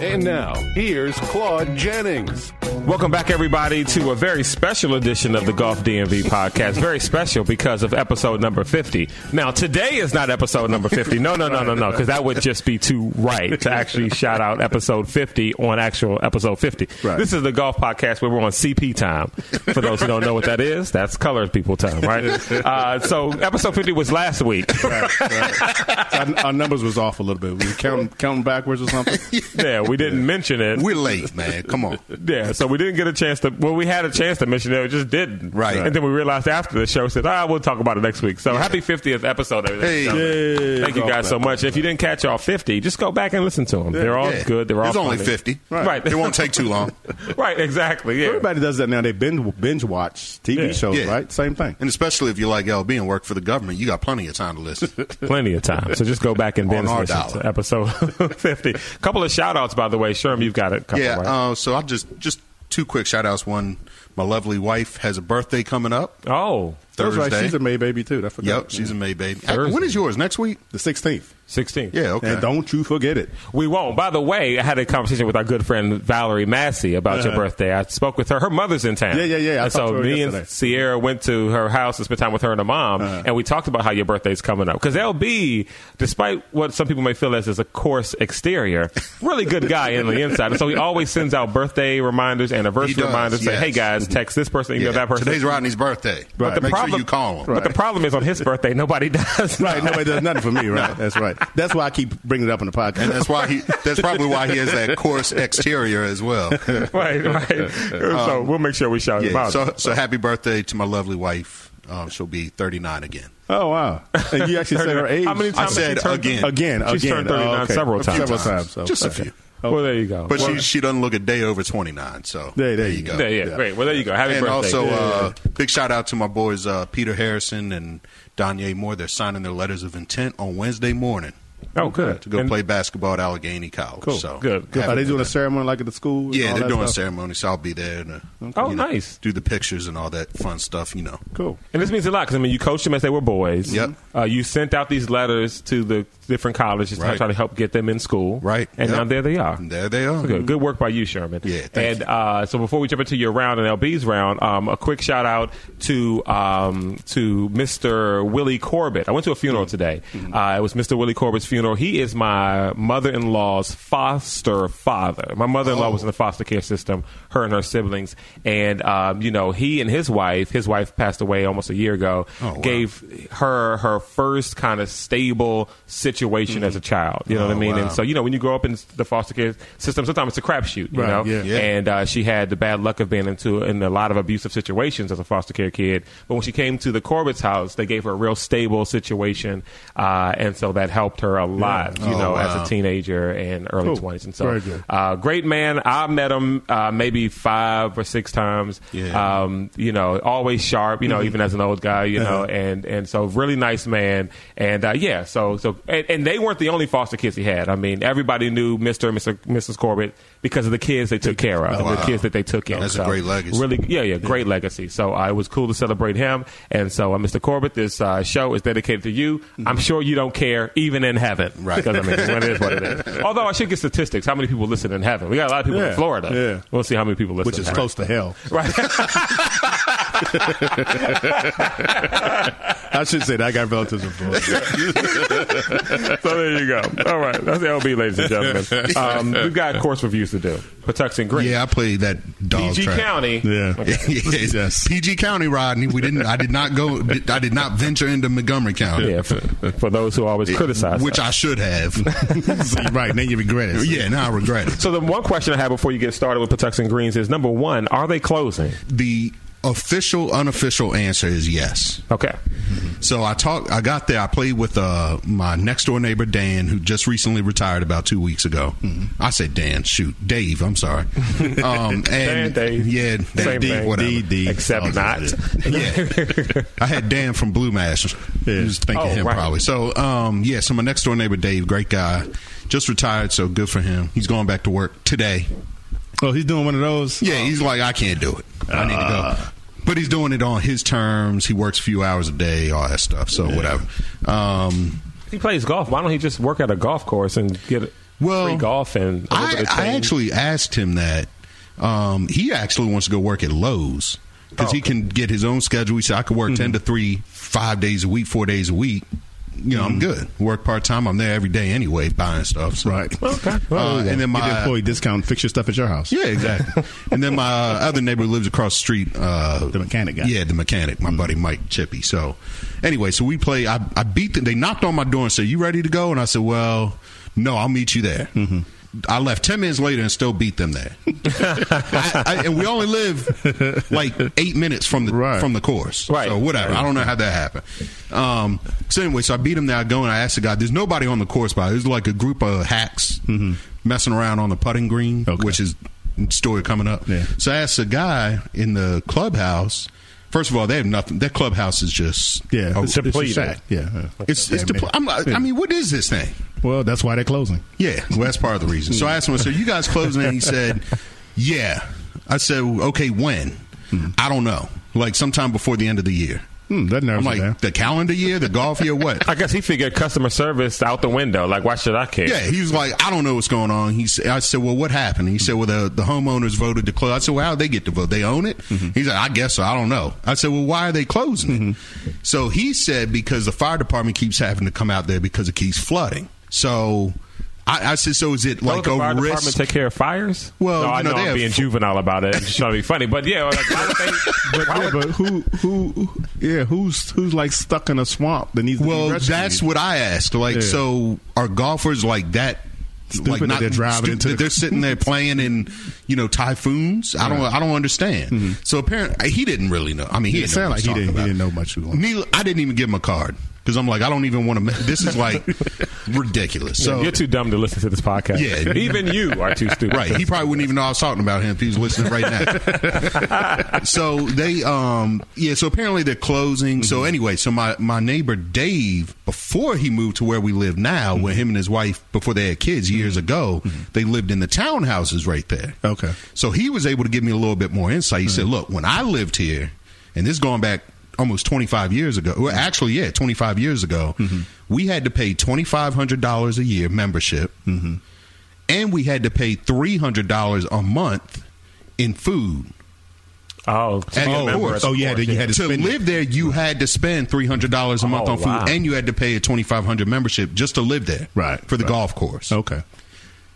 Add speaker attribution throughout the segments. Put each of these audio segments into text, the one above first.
Speaker 1: And now, here's Claude Jennings.
Speaker 2: Welcome back, everybody, to a very special edition of the Golf DMV podcast. Very special because of episode number 50. Now, today is not episode number 50. No, no, no, no, no, because that would just be too right to actually shout out episode 50 on actual episode 50.
Speaker 3: Right.
Speaker 2: This is the golf podcast where we're on CP time. For those who don't know what that is, that's colored people time, right? Uh, so, episode 50 was last week.
Speaker 3: our, our numbers was off a little bit. We were counting, counting backwards or something.
Speaker 2: Yeah, we didn't mention it.
Speaker 4: We're late, man. Come on.
Speaker 2: Yeah, so we didn't get a chance to. Well, we had a chance to mention it, we just didn't.
Speaker 4: Right.
Speaker 2: And then we realized after the show said, "Ah, we'll talk about it next week." So happy 50th episode! everything.
Speaker 4: Hey.
Speaker 2: Gentlemen. thank you guys so much. If you didn't catch all 50, just go back and listen to them. They're all
Speaker 4: Yeah.
Speaker 2: good. They're all.
Speaker 4: It's only
Speaker 2: funny.
Speaker 4: 50.
Speaker 2: Right.
Speaker 4: It won't take too long.
Speaker 2: Right. Exactly. Yeah.
Speaker 3: Everybody does that now. They binge, binge watch TV
Speaker 2: Yeah.
Speaker 3: shows,
Speaker 4: Yeah.
Speaker 3: right? Same thing.
Speaker 4: And especially if you like LB and work for the government, you got plenty of time to listen.
Speaker 2: Plenty of time. So just go back and
Speaker 4: On
Speaker 2: binge
Speaker 4: our
Speaker 2: listen
Speaker 4: dollar.
Speaker 2: to episode 50. couple of shout outs, by the way. Sherm, you've got a couple,
Speaker 4: yeah.
Speaker 2: right?
Speaker 4: Uh, so I'll just, just two quick shout outs. One, my lovely wife has a birthday coming up
Speaker 2: oh,
Speaker 3: That's
Speaker 4: Thursday.
Speaker 3: right. She's a May baby, too. I forgot.
Speaker 4: Yep, she's a May baby.
Speaker 2: Thursday.
Speaker 4: When is yours? Next week?
Speaker 3: The 16th.
Speaker 2: 16.
Speaker 4: Yeah, okay.
Speaker 3: And don't you forget it.
Speaker 2: We won't. By the way, I had a conversation with our good friend Valerie Massey about your
Speaker 4: Uh-huh.
Speaker 2: birthday. I spoke with her. Her mother's in town.
Speaker 3: Yeah, yeah, yeah. I
Speaker 2: And
Speaker 3: talked
Speaker 2: so
Speaker 3: to her
Speaker 2: me
Speaker 3: yesterday.
Speaker 2: and Sierra went to her house and spent time with her and her mom,
Speaker 4: Uh-huh.
Speaker 2: and we talked about how your birthday's coming up. Because LB, despite what some people may feel as is a coarse exterior, really good guy in the inside. And so he always sends out birthday reminders, anniversary
Speaker 4: He does,
Speaker 2: reminders, say,
Speaker 4: yes.
Speaker 2: "Hey guys, text this person, email
Speaker 4: Yeah.
Speaker 2: that person."
Speaker 4: Today's Rodney's birthday.
Speaker 2: But the
Speaker 4: Make
Speaker 2: problem,
Speaker 4: sure you call him.
Speaker 2: But the problem is on his birthday, nobody does.
Speaker 3: Right. Nobody does nothing for me, right? That's right. That's why I keep bringing it up on the podcast.
Speaker 4: And that's why he. That's probably why he has that coarse exterior as well.
Speaker 2: right, right. so we'll make sure we shout him
Speaker 4: Uh, Yeah.
Speaker 2: out.
Speaker 4: So, so happy birthday to my lovely wife. Um, she'll be 39 again.
Speaker 3: oh, wow. And you actually said her age.
Speaker 2: How many
Speaker 4: I
Speaker 2: times has
Speaker 4: said
Speaker 2: she turned-
Speaker 4: again.
Speaker 3: Again,
Speaker 2: She's
Speaker 3: again.
Speaker 2: turned 39
Speaker 3: Oh, okay.
Speaker 2: several times.
Speaker 3: Several times. so-
Speaker 4: Just a
Speaker 3: okay.
Speaker 4: few.
Speaker 2: Well, there you go.
Speaker 4: But
Speaker 2: well,
Speaker 4: she she doesn't look a day over 29. So
Speaker 3: There- there you
Speaker 4: you
Speaker 3: go.
Speaker 4: go.
Speaker 2: yeah, yeah, great. Well, there you go. Happy
Speaker 4: and
Speaker 2: birthday.
Speaker 4: also, uh, big shout out to my boys uh, Peter Harrison and Donye Moore. They're signing their letters of intent on Wednesday morning
Speaker 2: oh, good.
Speaker 4: to go
Speaker 2: And-
Speaker 4: play basketball at Allegheny College.
Speaker 3: Cool.
Speaker 4: So
Speaker 2: Good. Good.
Speaker 3: Are they
Speaker 4: happy-
Speaker 3: doing a ceremony like at the school? and
Speaker 4: Yeah,
Speaker 3: all
Speaker 4: they're
Speaker 3: that
Speaker 4: doing
Speaker 3: stuff?
Speaker 4: ceremonies. I'll be there. To,
Speaker 2: Oh, nice.
Speaker 4: Do the pictures and all that fun stuff. You know.
Speaker 3: Cool.
Speaker 2: And this means a lot because I mean, you coached them as they were boys.
Speaker 4: Yep.
Speaker 2: Uh, you sent out these letters to the different colleges to
Speaker 4: Right.
Speaker 2: try to help get them in school.
Speaker 4: Right.
Speaker 2: And
Speaker 4: Yep.
Speaker 2: now there they are.
Speaker 4: And there they are.
Speaker 2: Good. Good work by you, Sherman.
Speaker 4: Yeah, thank
Speaker 2: and Uh, so before we jump into your round and LB's round, um, a quick shout out to um, to Mr. Willie Corbett. I went to a funeral today. Uh, it was Mr. Willie Corbett's funeral. He is my mother-in-law's foster father. My mother-in-law was in the foster care system. Her and her siblings, and um, you know, he and his wife. His wife passed away almost a year ago.
Speaker 4: Oh, wow.
Speaker 2: Gave her her first kind of stable situation as a child. You know what I
Speaker 4: Oh,
Speaker 2: mean?
Speaker 4: wow.
Speaker 2: And so so you know, when you grow up in the foster care system, sometimes it's a crapshoot, you
Speaker 3: Right,
Speaker 2: know.
Speaker 3: yeah.
Speaker 4: Yeah.
Speaker 2: And uh, she had the bad luck of being into in a lot of abusive situations as a foster care kid. But when she came to the Corbett's house, they gave her a real stable situation, uh, and so that helped her a lot, you
Speaker 4: Oh,
Speaker 2: know,
Speaker 4: wow.
Speaker 2: as a teenager and early
Speaker 3: Cool.
Speaker 2: twenties. And so,
Speaker 3: Very good.
Speaker 2: Uh, great man. I met him uh, maybe five or six times.
Speaker 4: Yeah. Mm-hmm.
Speaker 2: Um, you know, always sharp. You know, even as an old guy, you know,
Speaker 4: Uh-huh.
Speaker 2: and and so really nice man. And uh, yeah, so so and, and they weren't the only foster kids he had. I mean, everybody knew Mister and Mr. Mrs. Corbett because of the kids they took care of, and the
Speaker 4: Oh, wow.
Speaker 2: kids that they took in.
Speaker 4: That's a
Speaker 2: So,
Speaker 4: great legacy.
Speaker 2: Really, yeah, yeah, great legacy. So uh, it was cool to celebrate him. And so, uh, Mr. Corbett, this uh, show is dedicated to you. I'm sure you don't care, even in heaven,
Speaker 4: Mm-hmm. Right.
Speaker 2: Because I mean, it is what it is. Although I should get statistics. How many people listen in heaven? We got a lot of people
Speaker 3: Yeah,
Speaker 2: in Florida.
Speaker 3: yeah.
Speaker 2: We'll see how many people listen.
Speaker 3: Which
Speaker 2: in
Speaker 3: is
Speaker 2: heaven.
Speaker 3: close to hell.
Speaker 2: Right.
Speaker 3: I should say that. I got relatives in Florida.
Speaker 2: so there you go. All right, that's LB, ladies and gentlemen. Um, we've got course reviews to do. Patuxent Green,
Speaker 4: Yeah, I played that dog
Speaker 2: PG
Speaker 4: track.
Speaker 2: County.
Speaker 3: Yeah.
Speaker 4: Yes.
Speaker 3: Yes.
Speaker 4: PG County, Rodney. We didn't. I did not go. I did not venture into Montgomery County,
Speaker 2: Yeah, for, for those who always criticize,
Speaker 4: which
Speaker 2: us.
Speaker 4: I should have.
Speaker 3: So you're right. Then you regret it.
Speaker 4: yeah, now I regret it.
Speaker 2: So the one question I have before you get started with Patuxent Greens is number one: Are they closing?
Speaker 4: The Official, unofficial answer is yes.
Speaker 2: Okay.
Speaker 4: So I talked. I got there. I played with uh, my next door neighbor Dan, who just recently retired about two weeks ago.
Speaker 2: Mm-hmm.
Speaker 4: I said Dan. Shoot, Dave. I'm sorry. Um, and
Speaker 2: Dan, Dave.
Speaker 4: Yeah, Dan,
Speaker 2: Same
Speaker 4: D,
Speaker 2: thing.
Speaker 4: whatever.
Speaker 3: D, D.
Speaker 2: Except
Speaker 3: Oh,
Speaker 2: not.
Speaker 3: that's
Speaker 4: Yeah. I had Dan from Blue Mash. Yeah. was thinking
Speaker 2: Oh,
Speaker 4: him
Speaker 2: right.
Speaker 4: probably. So, um, yeah, so my next door neighbor, Dave, great guy, just retired, so good for him. He's going back to work today.
Speaker 3: Oh, he's doing one of those.
Speaker 4: Yeah, he's like, I can't do it. I need to go. But he's doing it on his terms. He works a few hours a day, all that stuff, so whatever. Um,
Speaker 2: He plays golf. Why don't he just work at a golf course and get
Speaker 4: Well,
Speaker 2: free golf and a little bit
Speaker 4: I,
Speaker 2: of
Speaker 4: I
Speaker 2: change?
Speaker 4: actually asked him that. Um, he actually wants to go work at Lowe's because
Speaker 2: Oh.
Speaker 4: he can get his own schedule. He said, I could work
Speaker 2: Mm-hmm.
Speaker 4: 10 to 3, five days a week, four days a week. You
Speaker 2: Mm-hmm.
Speaker 4: know, I'm good. Work part time. I'm there every day anyway, buying stuff. so.
Speaker 3: Right.
Speaker 2: Okay. Well,
Speaker 4: Uh,
Speaker 2: there you
Speaker 4: and then
Speaker 3: Get the
Speaker 4: my
Speaker 3: employee discount. Fix your stuff at your house.
Speaker 4: yeah, exactly. and then my other neighbor lives across the street. Uh,
Speaker 3: The mechanic guy.
Speaker 4: Yeah, the mechanic. My buddy Mike Chippy. So, anyway, so we play. I, I beat them. They knocked on my door and said, "You ready to go?" And I said, "Well, no, I'll meet you there."
Speaker 3: Mm-hmm.
Speaker 4: I left ten minutes later and still beat them there. I, I, and we only live like eight minutes from the
Speaker 3: Right.
Speaker 4: from the course.
Speaker 2: Right.
Speaker 4: So whatever. I don't know how that happened. Um, so anyway, so I beat him there. I go and I asked the guy. There's nobody on the course, but there's like a group of hacks messing around on the putting green,
Speaker 3: Mm-hmm. Okay.
Speaker 4: which is story coming up.
Speaker 3: Yeah.
Speaker 4: So I asked the guy in the clubhouse. First of all, they have nothing. Their clubhouse is just
Speaker 3: Yeah.
Speaker 4: Oh,
Speaker 3: it's, it's
Speaker 2: depleted.
Speaker 3: just sad. Yeah.
Speaker 4: it's it's. Depl- I'm, I, I mean, what is this thing?
Speaker 3: Well, that's why they're closing.
Speaker 4: Yeah, well, that's part of the reason. So I asked him, so you guys closing? And he said, yeah. I said, okay, when? I don't know. Like sometime before the end of the year.
Speaker 3: Hmm, that
Speaker 4: I'm
Speaker 3: narrows it
Speaker 4: like,
Speaker 3: down.
Speaker 4: the calendar year, the golf year, what?
Speaker 2: I guess he figured customer service out the window. Like, why should I care?
Speaker 4: Yeah, he was like, I don't know what's going on. He said, I said, well, what happened? He said, well, the, the homeowners voted to close. I said, well, how would they get to vote? They own it?
Speaker 2: Mm-hmm.
Speaker 4: He said, I guess so. I don't know. I said, well, why are they closing
Speaker 2: Mm-hmm.
Speaker 4: it? So he said, because the fire department keeps having to come out there because it keeps flooding. So I, I said, so is it
Speaker 2: Don't
Speaker 4: like
Speaker 2: the
Speaker 4: a
Speaker 2: fire
Speaker 4: risk?
Speaker 2: department take care of fires?
Speaker 4: Well,
Speaker 2: no,
Speaker 4: you
Speaker 2: I
Speaker 4: know,
Speaker 2: know
Speaker 4: they
Speaker 2: I'm
Speaker 4: have-
Speaker 2: being juvenile about it. I'm just trying to be funny, but yeah, like, why would they-
Speaker 3: But, yeah, but who, who, yeah, who's, who's like stuck in a swamp that needs to
Speaker 4: Well,
Speaker 3: be rescued?
Speaker 4: that's what I asked. Like,
Speaker 3: Yeah.
Speaker 4: so are golfers like that?
Speaker 3: Stupid
Speaker 4: like
Speaker 3: that they're driving into the-
Speaker 4: they're sitting there playing in you know typhoons. I don't I don't understand. So apparently he didn't really know. I mean, he
Speaker 3: Mm-hmm.
Speaker 4: didn't know what
Speaker 3: Yeah, it sounded like he
Speaker 4: was
Speaker 3: didn't, he
Speaker 4: talking
Speaker 3: didn't know
Speaker 4: about.
Speaker 3: much. Was going on.
Speaker 4: Neither- I didn't even give him a card because I'm like I don't even want to. This is like ridiculous. So
Speaker 2: You're too dumb to listen to this podcast.
Speaker 4: Yeah.
Speaker 2: Even you are too stupid.
Speaker 4: Right. He probably wouldn't even know I was talking about him if he was listening right now. so they um yeah, so apparently they're closing. So anyway, so my, my neighbor Dave, before he moved to where we live now, where him and his wife before they had kids years ago, they lived in the townhouses right there.
Speaker 3: Okay.
Speaker 4: So he was able to give me a little bit more insight. He said, Look, when I lived here, and this is going back almost 25 years ago, well, actually, yeah, 25 years ago, we had to pay $2,500 a year membership, and we had to pay $300 a month in food.
Speaker 2: Oh, to
Speaker 4: At
Speaker 2: be a
Speaker 4: the
Speaker 2: member
Speaker 4: course.
Speaker 2: of
Speaker 3: Oh, you had to, you had to
Speaker 4: To
Speaker 3: spend
Speaker 4: live there, you had to spend three hundred dollars a month
Speaker 2: Oh,
Speaker 4: on food,
Speaker 2: wow.
Speaker 4: and you had to pay a twenty five hundred membership just to live there,
Speaker 3: Right,
Speaker 4: For the
Speaker 3: right. Oh.
Speaker 4: golf course.
Speaker 3: Okay.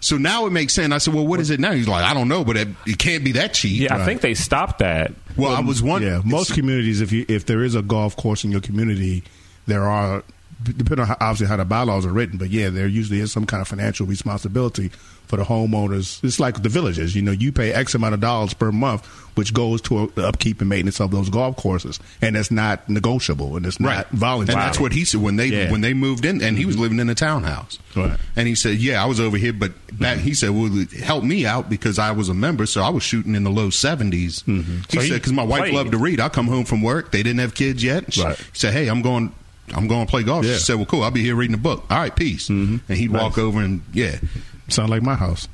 Speaker 4: So now it makes sense. I said, "Well, what is it now?" He's like, "I don't know, but it, it can't be that cheap."
Speaker 2: Yeah, I think they stopped that.
Speaker 4: Well, I was one.
Speaker 3: Yeah, most communities, if you if there is a golf course in your community, there are depending on how, obviously how the bylaws are written, but yeah, there usually is some kind of financial responsibility for the homeowners. It's like the villages, you know, you pay X amount of dollars per month, which goes to the upkeep and maintenance of those golf courses, and that's not negotiable and it's not
Speaker 4: right.
Speaker 3: voluntary.
Speaker 4: And that's what he said when they
Speaker 3: Yeah.
Speaker 4: when they moved in, and he was living in a townhouse.
Speaker 3: Right.
Speaker 4: And he said, "Yeah, I was over here, but back." He said, "Well, it helped me out because I was a member, so I was shooting in the low 70s He
Speaker 3: Mm-hmm.
Speaker 2: So he
Speaker 4: said, "Because my wife
Speaker 2: played.
Speaker 4: loved to read. I come home from work. They didn't have kids yet. She,
Speaker 3: Right.
Speaker 4: He said, "Hey, I'm going." I'm going to play golf.
Speaker 3: Yeah. Mm-hmm.
Speaker 4: She said, "Well, cool. I'll be here reading a book. All right, peace." And he'd walk over and yeah,
Speaker 3: sound like my house,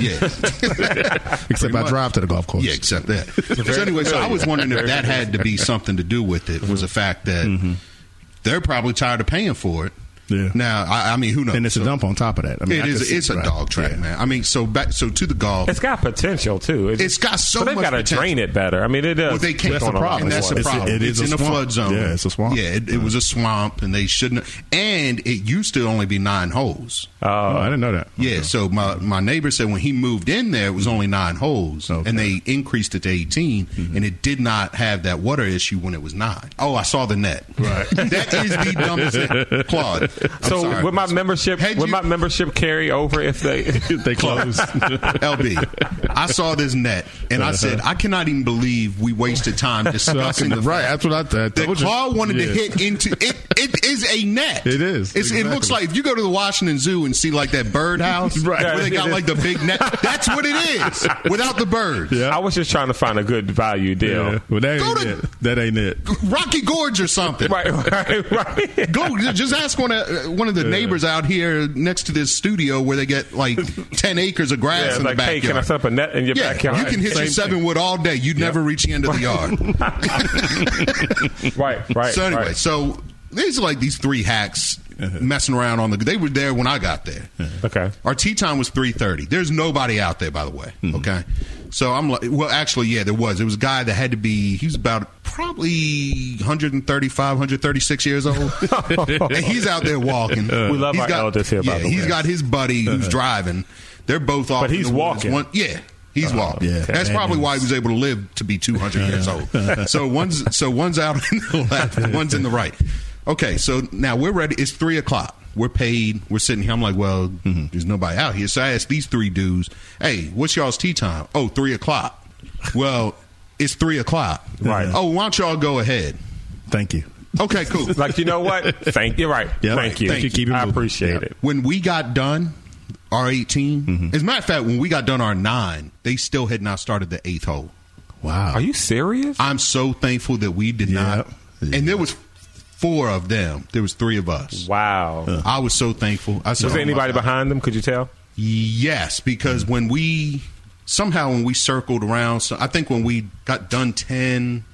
Speaker 4: yeah.
Speaker 3: except I
Speaker 4: much.
Speaker 3: drive to the golf course.
Speaker 4: Yeah, except that. so anyway, so I was wondering if that had to be something to do with it was the
Speaker 3: Mm-hmm.
Speaker 4: fact that they're probably tired of paying for it.
Speaker 3: Yeah.
Speaker 4: Now, I, I mean, who knows?
Speaker 3: and it's a
Speaker 4: So
Speaker 3: dump on top of that. I mean,
Speaker 4: it
Speaker 3: I
Speaker 4: is.
Speaker 3: could see-
Speaker 4: It's a
Speaker 3: right.
Speaker 4: dog track,
Speaker 3: Yeah.
Speaker 4: man. I mean, so back. So to the golf.
Speaker 2: It's got potential too.
Speaker 4: It's got so
Speaker 2: but they've
Speaker 4: much
Speaker 2: gotta
Speaker 4: potential.
Speaker 2: drain it better. I mean, it does.
Speaker 4: Well, they can't.
Speaker 3: That's the
Speaker 2: Going on
Speaker 3: problem.
Speaker 2: like
Speaker 4: And that's
Speaker 2: that.
Speaker 4: the
Speaker 3: It's a-
Speaker 4: problem.
Speaker 3: it
Speaker 4: it's
Speaker 3: is a
Speaker 4: in a
Speaker 3: swamp.
Speaker 4: flood zone.
Speaker 3: Yeah, it's a swamp.
Speaker 4: Yeah, it, it was a swamp, and they shouldn't. And it used to only be nine holes.
Speaker 3: Oh, I didn't know that.
Speaker 4: Yeah, so my, my neighbor said when he moved in there, it was only nine holes,
Speaker 3: Okay. Mm-hmm.
Speaker 4: and they increased it to 18, and it did not have that water issue when it was nine. Oh, I saw the net. Right. that is the dumbest thing. Claude,
Speaker 2: so
Speaker 4: sorry,
Speaker 2: would my
Speaker 4: Russell.
Speaker 2: membership
Speaker 4: Had
Speaker 2: would
Speaker 4: you-
Speaker 2: my membership carry over if they?
Speaker 5: they close.
Speaker 4: LB, I saw this net and
Speaker 3: Uh-huh.
Speaker 4: I said, I cannot even believe we wasted time discussing the
Speaker 3: right,
Speaker 4: fact
Speaker 3: that's what I th- I
Speaker 4: that
Speaker 3: told you.
Speaker 4: Carl wanted
Speaker 5: Yeah.
Speaker 4: to hit into it. It is a net.
Speaker 3: It is,
Speaker 4: It's, It looks
Speaker 3: exactly.
Speaker 4: like if you go to the Washington Zoo and see like that birdhouse
Speaker 3: Right.
Speaker 4: where they got like the big net. That's what it is without the birds.
Speaker 2: I was just trying to find a good value deal.
Speaker 3: Yeah. Well, that
Speaker 4: Go
Speaker 3: ain't
Speaker 4: to-
Speaker 3: it. That ain't it.
Speaker 4: Rocky Gorge or something.
Speaker 2: Right, right, right.
Speaker 4: Go just ask one of uh, one of the neighbors out here next to this studio where they get like ten acres of grass
Speaker 2: Yeah,
Speaker 4: in
Speaker 2: like,
Speaker 4: the
Speaker 2: hey,
Speaker 4: backyard.
Speaker 2: can I set up a net in your
Speaker 4: yeah,
Speaker 2: backyard?
Speaker 4: you can hit your seven wood all day. You'd never reach the end of the yard.
Speaker 2: Right, right.
Speaker 4: so anyway,
Speaker 2: right.
Speaker 4: so these are like these three hacks
Speaker 3: Uh-huh.
Speaker 4: messing around on the. They were there when I got there.
Speaker 2: Okay. Mm-hmm.
Speaker 4: Our tea time was three thirty. There's nobody out there, by the way. Okay, so I'm like, well, actually, yeah, there was. There was a guy that had to be. He was about probably 135, 136 years old, and he's out there walking.
Speaker 2: We love
Speaker 4: He's
Speaker 2: our elders here, by
Speaker 4: Yeah,
Speaker 2: the
Speaker 4: he's
Speaker 2: way. Uh-huh.
Speaker 4: got his buddy who's driving. They're both off.
Speaker 2: But
Speaker 4: in
Speaker 2: he's
Speaker 4: the woods.
Speaker 2: walking. Uh-huh.
Speaker 4: One- yeah. He's walking.
Speaker 3: yeah.
Speaker 4: That's probably why he was able to live to be 200 years old. So one's so one's out in the left, one's in the right. Okay, so now we're ready. It's three o'clock. We're paid. We're sitting here. I'm like, well, there's nobody out here. So I asked these three dudes, hey, what's y'all's tea time? Oh, three o'clock. Well, it's three o'clock.
Speaker 2: Right.
Speaker 4: Oh, why don't y'all go ahead?
Speaker 3: Thank you.
Speaker 4: Okay, cool.
Speaker 2: Like you know what? Thank you. Right.
Speaker 3: Yeah.
Speaker 2: Thank you.
Speaker 3: Thank you. Keep it
Speaker 2: I
Speaker 3: moving.
Speaker 2: appreciate
Speaker 3: Yeah.
Speaker 2: it.
Speaker 4: when we got done our 18 as a matter of fact when we got done our 9 they still had not started the eighth hole
Speaker 3: Wow.
Speaker 2: Are you serious?
Speaker 4: i'm so thankful that we did not
Speaker 3: Yeah.
Speaker 4: and there was four of them there was three of us
Speaker 3: Uh,
Speaker 2: Wow.
Speaker 4: i was so thankful I said,
Speaker 2: Was there
Speaker 4: "Oh my
Speaker 2: anybody
Speaker 4: God."
Speaker 2: behind them? Could you tell?
Speaker 4: yes because when we somehow when we circled around so i think when we got done 10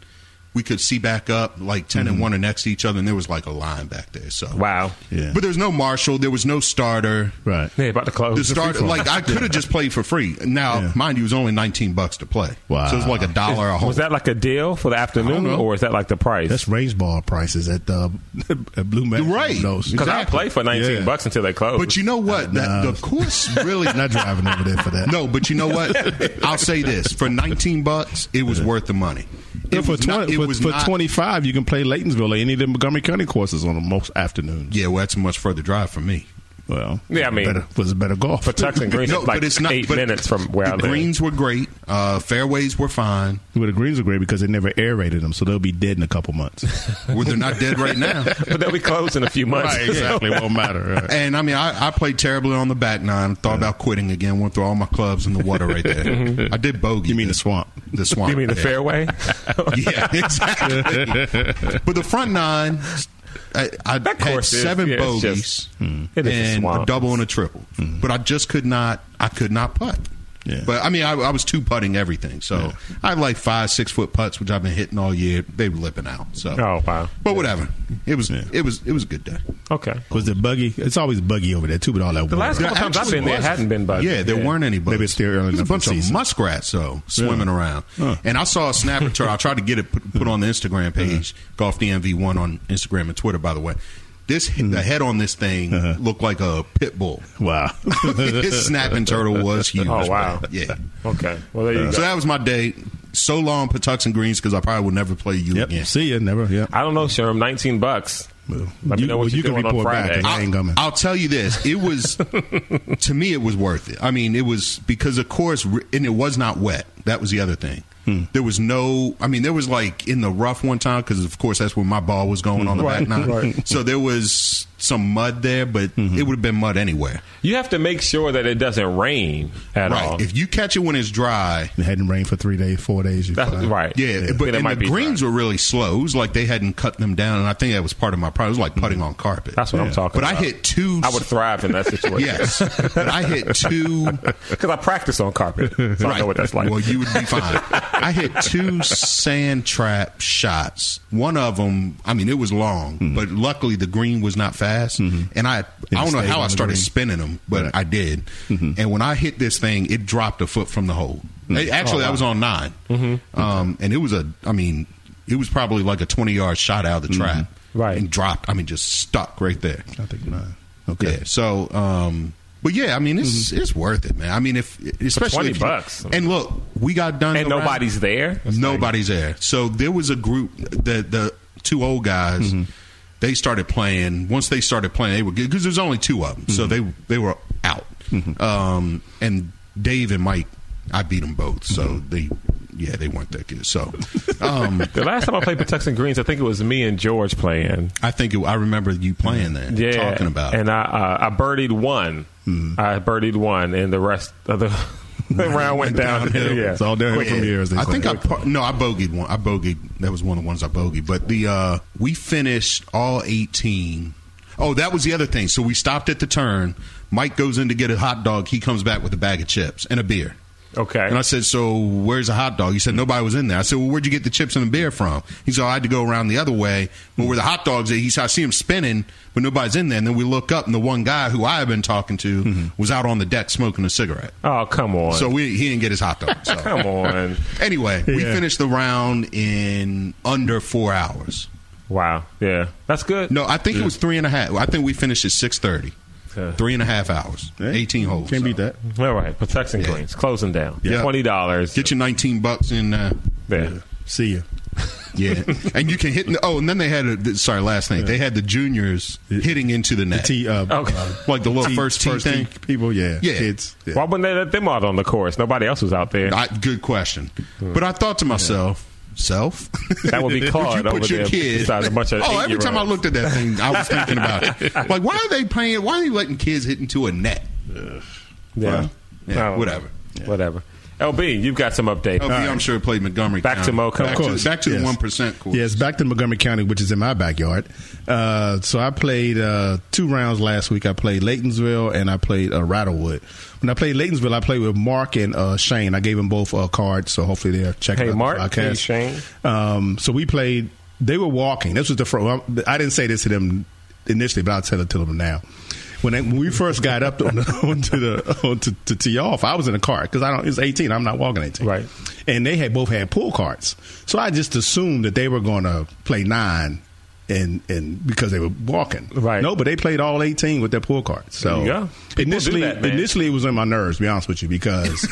Speaker 4: we could see back up like 10
Speaker 3: Mm-hmm.
Speaker 4: and 1 are next to each other and there was like a line back there so
Speaker 2: Wow.
Speaker 3: Yeah.
Speaker 4: but there was no marshal there was no starter
Speaker 3: right.
Speaker 2: They about to close.
Speaker 4: the start like I could have just played for free. Now,
Speaker 3: Yeah.
Speaker 4: mind you, it was only nineteen bucks to play.
Speaker 3: Wow.
Speaker 4: So it was like a dollar a hole.
Speaker 2: was that like a deal for the afternoon,
Speaker 4: know.
Speaker 2: or is that like the price?
Speaker 3: That's range ball prices at, uh, at Blue Mountain.
Speaker 4: Right.
Speaker 3: Those.
Speaker 2: Because I
Speaker 4: Exactly.
Speaker 2: play for nineteen
Speaker 3: Yeah.
Speaker 2: bucks until they close.
Speaker 4: but you know what? That, the course really
Speaker 3: Not driving over there for that.
Speaker 4: No, but you know what? I'll say this: for nineteen bucks, it was worth the money. It
Speaker 3: for
Speaker 4: was not- it
Speaker 3: for,
Speaker 4: was
Speaker 3: for
Speaker 4: not-
Speaker 3: twenty five, you can play Laytonsville or any of the Montgomery County courses on the most afternoons.
Speaker 4: Yeah, well, that's a much further drive for me.
Speaker 3: Well,
Speaker 2: Yeah, I mean-
Speaker 3: better, was better golf.
Speaker 2: for Tucks and Greens,
Speaker 4: No,
Speaker 2: it's like
Speaker 4: but it's not.
Speaker 2: eight
Speaker 4: but
Speaker 2: minutes from where
Speaker 4: the
Speaker 2: I live.
Speaker 4: greens were great. Uh, fairways were fine.
Speaker 3: Well, the greens are great because they never aerated them, so they'll be dead in a couple months.
Speaker 4: Well, they're not dead right now.
Speaker 2: but they'll be closed in a few months.
Speaker 3: right, exactly. Won't matter. Right.
Speaker 4: And I mean, I, I played terribly on the back nine. Thought about quitting again. Went through all my clubs in the water right
Speaker 3: Mm-hmm.
Speaker 4: there. I did bogey.
Speaker 3: You mean the swamp?
Speaker 4: The swamp.
Speaker 2: You mean the
Speaker 4: yeah.
Speaker 2: fairway?
Speaker 4: yeah, exactly. but the front nine, I, I
Speaker 2: That
Speaker 4: had
Speaker 2: course is-
Speaker 4: seven
Speaker 2: yeah, it's
Speaker 4: bogeys
Speaker 2: just- it is a
Speaker 4: and a,
Speaker 2: swamp. Mm-hmm.
Speaker 4: double and a triple. But I just could not. I could not putt.
Speaker 3: Yeah.
Speaker 4: But I mean, I, I was two putting everything. So I had like five, six foot putts, which I've been hitting all year. They were lipping out. So
Speaker 2: Oh, wow.
Speaker 4: But whatever. It was.
Speaker 3: Yeah.
Speaker 4: It was. It was a good day.
Speaker 2: okay.
Speaker 3: Was it buggy? It's always buggy over there too, but all that.
Speaker 2: The last
Speaker 3: water.
Speaker 2: couple times I've been there, it
Speaker 4: wasn't.
Speaker 2: hadn't been bugs.
Speaker 4: Yeah, there weren't any bugs.
Speaker 3: Maybe it's still early
Speaker 4: There's a
Speaker 3: enough in
Speaker 4: bunch
Speaker 3: the
Speaker 4: of
Speaker 3: season.
Speaker 4: muskrats though swimming around,
Speaker 3: Huh.
Speaker 4: and I saw a snapper turtle. I tried to get it put, put on the Instagram page, golf DMV one on Instagram and Twitter. By the way, this the head on this thing looked like a pit bull.
Speaker 3: Wow.
Speaker 4: His snapping turtle was huge.
Speaker 2: Oh, wow.
Speaker 4: Yeah.
Speaker 2: Okay. Well, there you go.
Speaker 4: So that was my day. So long, Patuxent Greens, because I probably will never play you
Speaker 3: Yep.
Speaker 4: again.
Speaker 3: See you never. Yep.
Speaker 2: I don't know, Sherm. Nineteen bucks.
Speaker 3: Well,
Speaker 2: Let me
Speaker 3: you-
Speaker 2: know what
Speaker 3: well, you
Speaker 2: you're
Speaker 3: can
Speaker 2: doing on
Speaker 3: report back
Speaker 2: Friday.
Speaker 3: and I- ain't coming.
Speaker 4: I'll tell you this: it was to me, it was worth it. I mean, it was because of course, re- and it was not wet. That was the other thing.
Speaker 2: Hmm.
Speaker 4: There was no. I mean, there was like in the rough one time because of course that's where my ball was going on the back nine. So there was some mud there, but
Speaker 2: Mm-hmm.
Speaker 4: it would have been mud anywhere.
Speaker 2: You have to make sure that it doesn't rain at
Speaker 4: right?
Speaker 2: all.
Speaker 4: If you catch it when it's dry,
Speaker 3: It hadn't rained for three days, four days. You
Speaker 2: That's
Speaker 3: fine.
Speaker 2: right.
Speaker 4: uh, Yeah, but
Speaker 2: Then
Speaker 4: and the
Speaker 2: be
Speaker 4: greens
Speaker 2: dry.
Speaker 4: were really slow. It was like they hadn't cut them down, and I think that was part of my problem. It was like putting on carpet.
Speaker 2: Mm-hmm. That's what I'm talking
Speaker 4: But I
Speaker 2: about.
Speaker 4: hit two.
Speaker 2: I would thrive in that situation.
Speaker 4: Yes, but I hit two.
Speaker 2: Because I practice on carpet, so I know what that's like.
Speaker 4: Well, you would be fine. I hit two sand trap shots. One of them, I mean, it was long,
Speaker 3: Mm-hmm.
Speaker 4: but luckily the green was not fast. And I, I don't know
Speaker 3: stayed
Speaker 4: how
Speaker 3: on
Speaker 4: I
Speaker 3: the
Speaker 4: started
Speaker 3: green.
Speaker 4: spinning them, but
Speaker 3: Right. Mm-hmm.
Speaker 4: I did. And when I hit this thing, it dropped a foot from the hole. It- actually,
Speaker 3: Oh,
Speaker 4: I was on 9 um, and it was a, I mean, it was probably like a twenty yard shot out of the
Speaker 3: Mm-hmm.
Speaker 4: trap,
Speaker 2: Right.
Speaker 4: And dropped. I mean, just stuck right there.
Speaker 3: I think nine. Okay.
Speaker 4: Yeah. So, um, but yeah, I mean, it's it's worth it, man. I mean, if
Speaker 2: 20
Speaker 4: especially if you-
Speaker 2: bucks.
Speaker 4: And look, we got done.
Speaker 2: and
Speaker 4: the
Speaker 2: nobody's
Speaker 4: round.
Speaker 2: there.
Speaker 4: Nobody's there. So there was a group. The the two old guys. They started playing. Once they started playing, they were good because there's only two of them, so they they were out. Um, and Dave and Mike, I beat them both, so they yeah they weren't that good. So um,
Speaker 2: The last time I played Patuxent Greens, I think it was me and George playing.
Speaker 4: I think it, I remember you playing that,
Speaker 2: Yeah,
Speaker 4: talking about Hmm. it.
Speaker 2: And I uh, I birdied one. I birdied one, and the rest of the, the round went down.
Speaker 4: downhill.
Speaker 2: Yeah.
Speaker 3: It's all downhill
Speaker 4: Yeah.
Speaker 3: from here. As they
Speaker 4: I
Speaker 3: say.
Speaker 4: think I par- no, I bogeyed one. I bogeyed. That was one of the ones I bogeyed. But the uh, we finished all eighteen. Oh, that was the other thing. So we stopped at the turn. Mike goes in to get a hot dog. He comes back with a bag of chips and a beer.
Speaker 2: Okay.
Speaker 4: And I said, "So where's the hot dog?" He said, "Nobody was in there." I said, "Well, where'd you get the chips and the beer from?" He said, "I had to go around the other way, but where the hot dogs?" At? He said, "I see them spinning, but nobody's in there." And then we look up, and the one guy who I had been talking to
Speaker 3: Mm-hmm.
Speaker 4: was out on the deck smoking a cigarette.
Speaker 2: oh come on.
Speaker 4: So we, he didn't get his hot dog. So.
Speaker 2: come on.
Speaker 4: Anyway, we
Speaker 3: Yeah.
Speaker 4: finished the round in under four hours.
Speaker 2: Wow. Yeah. That's good.
Speaker 4: No, I think it was three and a half. I think we finished at six thirty.
Speaker 2: Yeah.
Speaker 4: Three and a half hours,
Speaker 3: Yeah.
Speaker 4: eighteen holes.
Speaker 3: Can't beat
Speaker 4: So
Speaker 3: that.
Speaker 2: All right. Patuxent
Speaker 4: Yeah.
Speaker 2: Greens closing down.
Speaker 4: Yeah.
Speaker 2: Twenty dollars.
Speaker 4: Get your nineteen bucks in. Uh,
Speaker 2: there.
Speaker 3: See ya.
Speaker 4: yeah, and you can hit. Oh, and then they had a. Sorry, last thing they had the juniors hitting into the net,
Speaker 3: T, uh,
Speaker 2: Okay.
Speaker 3: uh,
Speaker 4: like the little
Speaker 3: T-
Speaker 4: first tee
Speaker 3: first
Speaker 4: thing.
Speaker 3: tee people. Yeah,
Speaker 4: Yeah.
Speaker 3: kids. Yeah.
Speaker 2: Why wouldn't they let them out on the course? Nobody else was out there.
Speaker 4: I, good question, but I thought to myself. Self,
Speaker 2: That would be
Speaker 4: you
Speaker 2: Claude
Speaker 4: put
Speaker 2: over
Speaker 4: your
Speaker 2: there
Speaker 4: kid-
Speaker 2: besides a bunch of
Speaker 4: oh, every time I
Speaker 2: eight-year-olds.
Speaker 4: looked at that thing, I was thinking about it. Like, why are they playing? Why are they letting kids hit into a net?
Speaker 2: Yeah.
Speaker 4: Yeah,
Speaker 2: I don't
Speaker 4: whatever.
Speaker 2: know. Whatever. LB, you've got some update.
Speaker 4: LB, I'm sure played Montgomery.
Speaker 2: Back to
Speaker 4: County.
Speaker 2: Moco.
Speaker 4: Back
Speaker 2: Of
Speaker 4: to, back to the
Speaker 3: yes.
Speaker 4: one percent course.
Speaker 3: Yes, back to Montgomery County, which is in my backyard. Uh, so I played uh, two rounds last week. I played Laytonsville and I played uh, Rattlewood. When I played Laytonsville, I played with Mark and uh, Shane. I gave them both uh, cards, so hopefully they're checking
Speaker 2: Hey,
Speaker 3: out the
Speaker 2: Mark.
Speaker 3: podcast.
Speaker 2: Hey, Shane.
Speaker 3: Um, so we played. They were walking. This was the first. I didn't say this to them initially, but I'll tell it to them now. When, they, when we first got up on the, onto the onto to tee off, I was in a car because I don't. It's eighteen. I'm not walking eighteen.
Speaker 2: Right.
Speaker 3: And they had both had pull cards, so I just assumed that they were going to play nine, and and because they were walking.
Speaker 2: Right.
Speaker 3: No, but they played all eighteen with their pull cards. So
Speaker 2: Yeah. People do
Speaker 3: initially,
Speaker 2: that, man.
Speaker 3: initially it was on my nerves. To be honest with you, because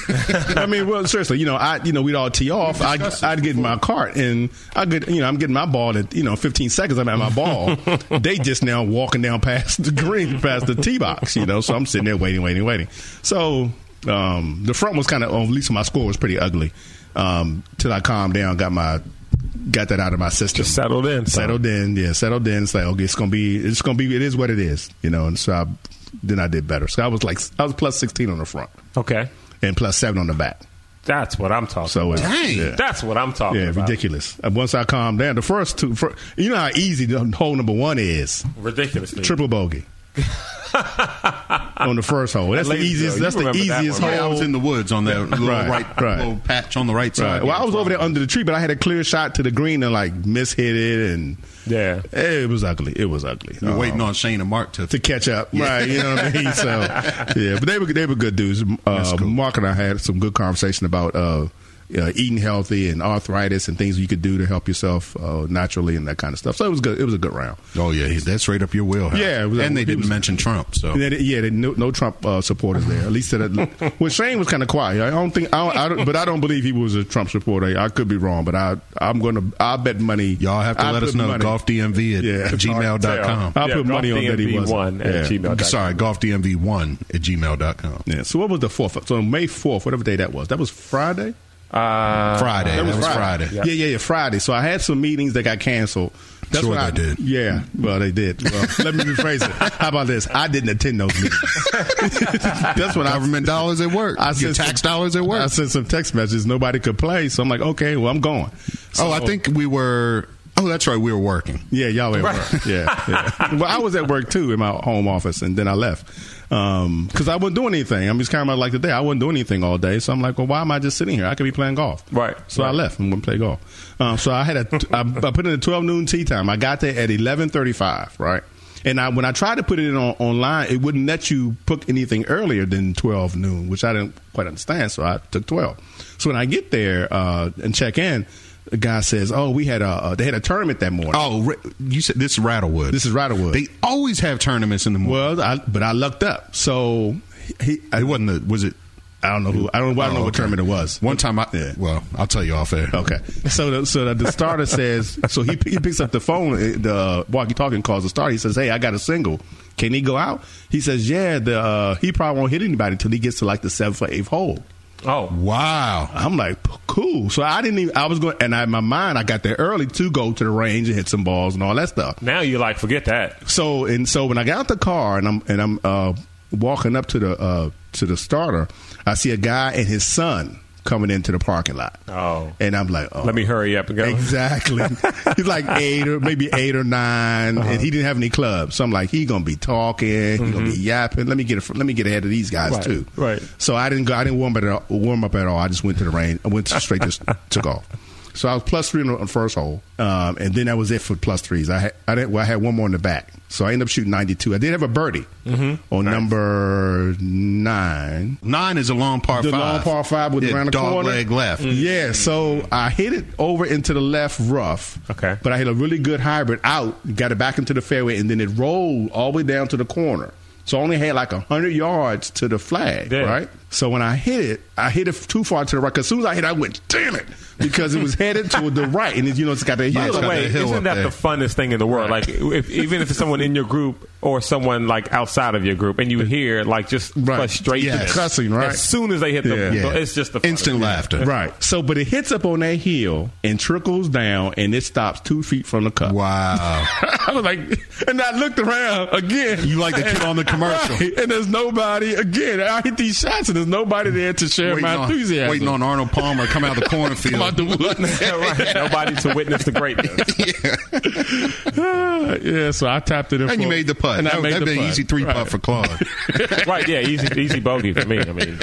Speaker 3: I mean, well, seriously, you know, I you know we'd all tee off. I
Speaker 4: discussed
Speaker 3: I'd get in my cart and I get you know I'm getting my ball at you know 15 seconds. I'm at my ball. they just now walking down past the green, past the tee box. You know, so I'm sitting there waiting, waiting, waiting. So um, the front was kind of, at least my score was pretty ugly. Um, till I calmed down, got my got that out of my system.
Speaker 2: Just settled in, son.
Speaker 3: Settled in. Yeah, settled in. It's like okay, it's gonna be, it's gonna be, it is what it is. You know, and so I then I did better. So I was like, I was plus 16 on the front
Speaker 2: Okay.
Speaker 3: and plus seven on the back.
Speaker 2: That's what I'm talking
Speaker 3: So it's,
Speaker 4: Dang.
Speaker 3: yeah.
Speaker 2: That's what I'm talking
Speaker 3: Yeah,
Speaker 2: about.
Speaker 3: ridiculous. And once I calmed down, the first two, fir- you know how easy the hole number one is.
Speaker 2: Ridiculously.
Speaker 3: Triple bogey on the first hole. That's the
Speaker 2: Ladies,
Speaker 3: easiest.
Speaker 2: though,
Speaker 3: That's
Speaker 2: you
Speaker 3: the
Speaker 2: remember that
Speaker 3: easiest
Speaker 2: one,
Speaker 4: Hey,
Speaker 2: right?
Speaker 4: I
Speaker 3: hole.
Speaker 4: was in the woods on that little
Speaker 3: Right,
Speaker 4: right,
Speaker 3: right.
Speaker 4: little patch on the right side.
Speaker 3: Right. Well, I was over there under the tree, but I had a clear shot to the green and like mishit it, and
Speaker 2: Yeah.
Speaker 3: it was ugly. It was ugly.
Speaker 4: You're
Speaker 3: Um,
Speaker 4: waiting on Shane and Mark to.
Speaker 3: to catch up, right? You know what I mean. So yeah, but they were they were good dudes. Uh, Mark and I had some good conversation about uh, uh, eating healthy and arthritis and things you could do to help yourself uh, naturally and that kind of stuff. So it was good. It was a good round.
Speaker 4: oh yeah, he's- that's right up your wheelhouse.
Speaker 3: Yeah, it was-
Speaker 4: and they
Speaker 3: he
Speaker 4: didn't
Speaker 3: was-
Speaker 4: mention Trump. So
Speaker 3: Yeah, they- yeah they, no, no Trump uh, supporters there. At least that. Well, Shane was kind of quiet. I don't think. I don't, I don't, but I don't believe he was a Trump supporter. I could be wrong, but I I'm gonna. I bet money.
Speaker 4: y'all have to
Speaker 3: I
Speaker 4: let us
Speaker 3: put
Speaker 4: know.
Speaker 3: money-
Speaker 4: GolfDMV at
Speaker 3: Yeah.
Speaker 4: gmail.com.
Speaker 3: I put
Speaker 2: Yeah,
Speaker 3: money on that he
Speaker 2: golfdmv1
Speaker 3: was
Speaker 2: at gmail.com.
Speaker 4: Sorry, golfdmv1 at gmail.com.
Speaker 3: Yeah. So what was the fourth? So May fourth, whatever day that was. That was Friday.
Speaker 2: Uh,
Speaker 4: Friday. That was, Friday.
Speaker 3: Yeah. yeah, yeah, Friday. So I had some meetings that got canceled.
Speaker 4: Sure
Speaker 3: what I,
Speaker 4: they did.
Speaker 3: Yeah, well, they did. Well, let me rephrase it. How about this? I didn't attend those meetings. That's what I
Speaker 4: Government dollars at work.
Speaker 3: I
Speaker 4: Your
Speaker 3: sent
Speaker 4: tax
Speaker 3: some-
Speaker 4: dollars at work.
Speaker 3: I sent some text messages. Nobody could play, so I'm like, okay, well, I'm going. So-
Speaker 4: oh, I think we were. Oh, that's right. We were working.
Speaker 3: Yeah, y'all at work. Yeah, yeah. well, I was at work too in my home office, and then I left because I wasn't doing anything. I'm just kind of like today. I wasn't doing anything all day, so I'm like, well, why am I just sitting here? I could be playing golf.
Speaker 2: Right.
Speaker 3: So I
Speaker 2: Right.
Speaker 3: left and went play golf. Um, so I had a I, I put in a 12 noon tea time. I got there at 11:35. Right. And I, when I tried to put it in on, online, it wouldn't let you put anything earlier than 12 noon, which I didn't quite understand. So I took 12. So when I get there uh, and check in, the guy says, "Oh, we had a uh, they had a tournament that morning."
Speaker 4: Oh, Ra- you said this is Rattlewood.
Speaker 3: This is Rattlewood.
Speaker 4: They always have tournaments in the morning.
Speaker 3: Well, I, but I lucked up. So he, I,
Speaker 4: it wasn't. The, was it?
Speaker 3: I don't know who. I don't. I don't know what tournament it was.
Speaker 4: One time, I
Speaker 3: Yeah.
Speaker 4: well, I'll tell you off air.
Speaker 3: Okay. So the, so the, the starter says, so he, he picks up the phone, uh, the walkie talkie, and calls the starter. He says, hey, I got a single. Can he go out? He says, yeah, the, uh, he probably won't hit anybody until he gets to like the seventh or eighth hole.
Speaker 2: Oh,
Speaker 4: Wow.
Speaker 3: I'm like, p- cool. So I didn't even, I was going, and I, in my mind, I got there early to go to the range and hit some balls and all that stuff.
Speaker 2: now you like forget that.
Speaker 3: So and so when I got out the car and I'm and I'm uh, walking up to the uh, to the starter, I see a guy and his son coming into the parking lot.
Speaker 2: Oh.
Speaker 3: and I'm like, oh.
Speaker 2: Let me hurry up and go.
Speaker 3: Exactly. He's like eight or maybe eight or 9 and he didn't have any clubs. So I'm like, he gonna be talking, he gonna be yapping. Let me get a, let me get ahead of these guys
Speaker 2: Mm-hmm. Right,
Speaker 3: too.
Speaker 2: right.
Speaker 3: So I didn't go. I didn't warm up at all, warm up at all. I just went to the range. I went straight to took off. So I was plus three on the first hole, um, and then that was it for plus threes. I had, I, didn't, well, I had one more in the back, so I ended up shooting ninety two. I did have a birdie
Speaker 2: Mm-hmm.
Speaker 3: on number nine.
Speaker 4: Nine is a long par
Speaker 3: The
Speaker 4: five.
Speaker 3: long par five with
Speaker 4: yeah,
Speaker 3: around the
Speaker 4: dog
Speaker 3: corner. Mm-hmm. Mm.
Speaker 4: leg left.
Speaker 3: Yeah, so I hit it over into the left rough.
Speaker 2: Okay.
Speaker 3: But I hit a really good hybrid out, got it back into the fairway, and then it rolled all the way down to the corner. So I only had like 100 yards to the flag,
Speaker 2: Yeah.
Speaker 3: right? So when I hit it, I hit it too far to the right. 'Cause as soon as I hit it, I went, damn it, because it was headed to the right. And, it, you know, it's got that
Speaker 4: Yeah,
Speaker 3: hill.
Speaker 4: it's
Speaker 2: By
Speaker 3: up
Speaker 2: the
Speaker 4: got
Speaker 2: way,
Speaker 4: that hill
Speaker 2: isn't
Speaker 4: up
Speaker 2: that
Speaker 4: there.
Speaker 2: the funnest thing in the world? Like, if, even if it's someone in your group or someone like outside of your group, and you hear like just
Speaker 3: Right.
Speaker 2: frustration,
Speaker 4: Yes.
Speaker 3: Cussing, right?
Speaker 2: As soon as they hit the,
Speaker 3: Yeah.
Speaker 2: the-
Speaker 4: Yeah.
Speaker 2: it's just the
Speaker 4: instant laughter.
Speaker 3: Right. So, but it hits up on that hill and trickles down, and it stops two feet from the cup.
Speaker 4: Wow.
Speaker 3: I was like, and I looked around again.
Speaker 4: You like the kid on the commercial.
Speaker 3: Right. And there's nobody, again, I hit these shots and there's nobody there to share
Speaker 4: waiting,
Speaker 3: my
Speaker 4: on,
Speaker 3: enthusiasm.
Speaker 4: waiting on Arnold Palmer come out of the cornfield.
Speaker 3: Come out the woods.
Speaker 2: right. Nobody to witness the greatness.
Speaker 3: yeah, so I tapped it in.
Speaker 4: and you
Speaker 3: for-
Speaker 4: made the putt.
Speaker 3: And I
Speaker 4: That,
Speaker 3: made
Speaker 4: that'd
Speaker 3: the
Speaker 4: be an
Speaker 3: putt.
Speaker 4: easy three
Speaker 3: Right.
Speaker 4: putt for Claude.
Speaker 2: right? Yeah, easy, easy bogey for me. I mean,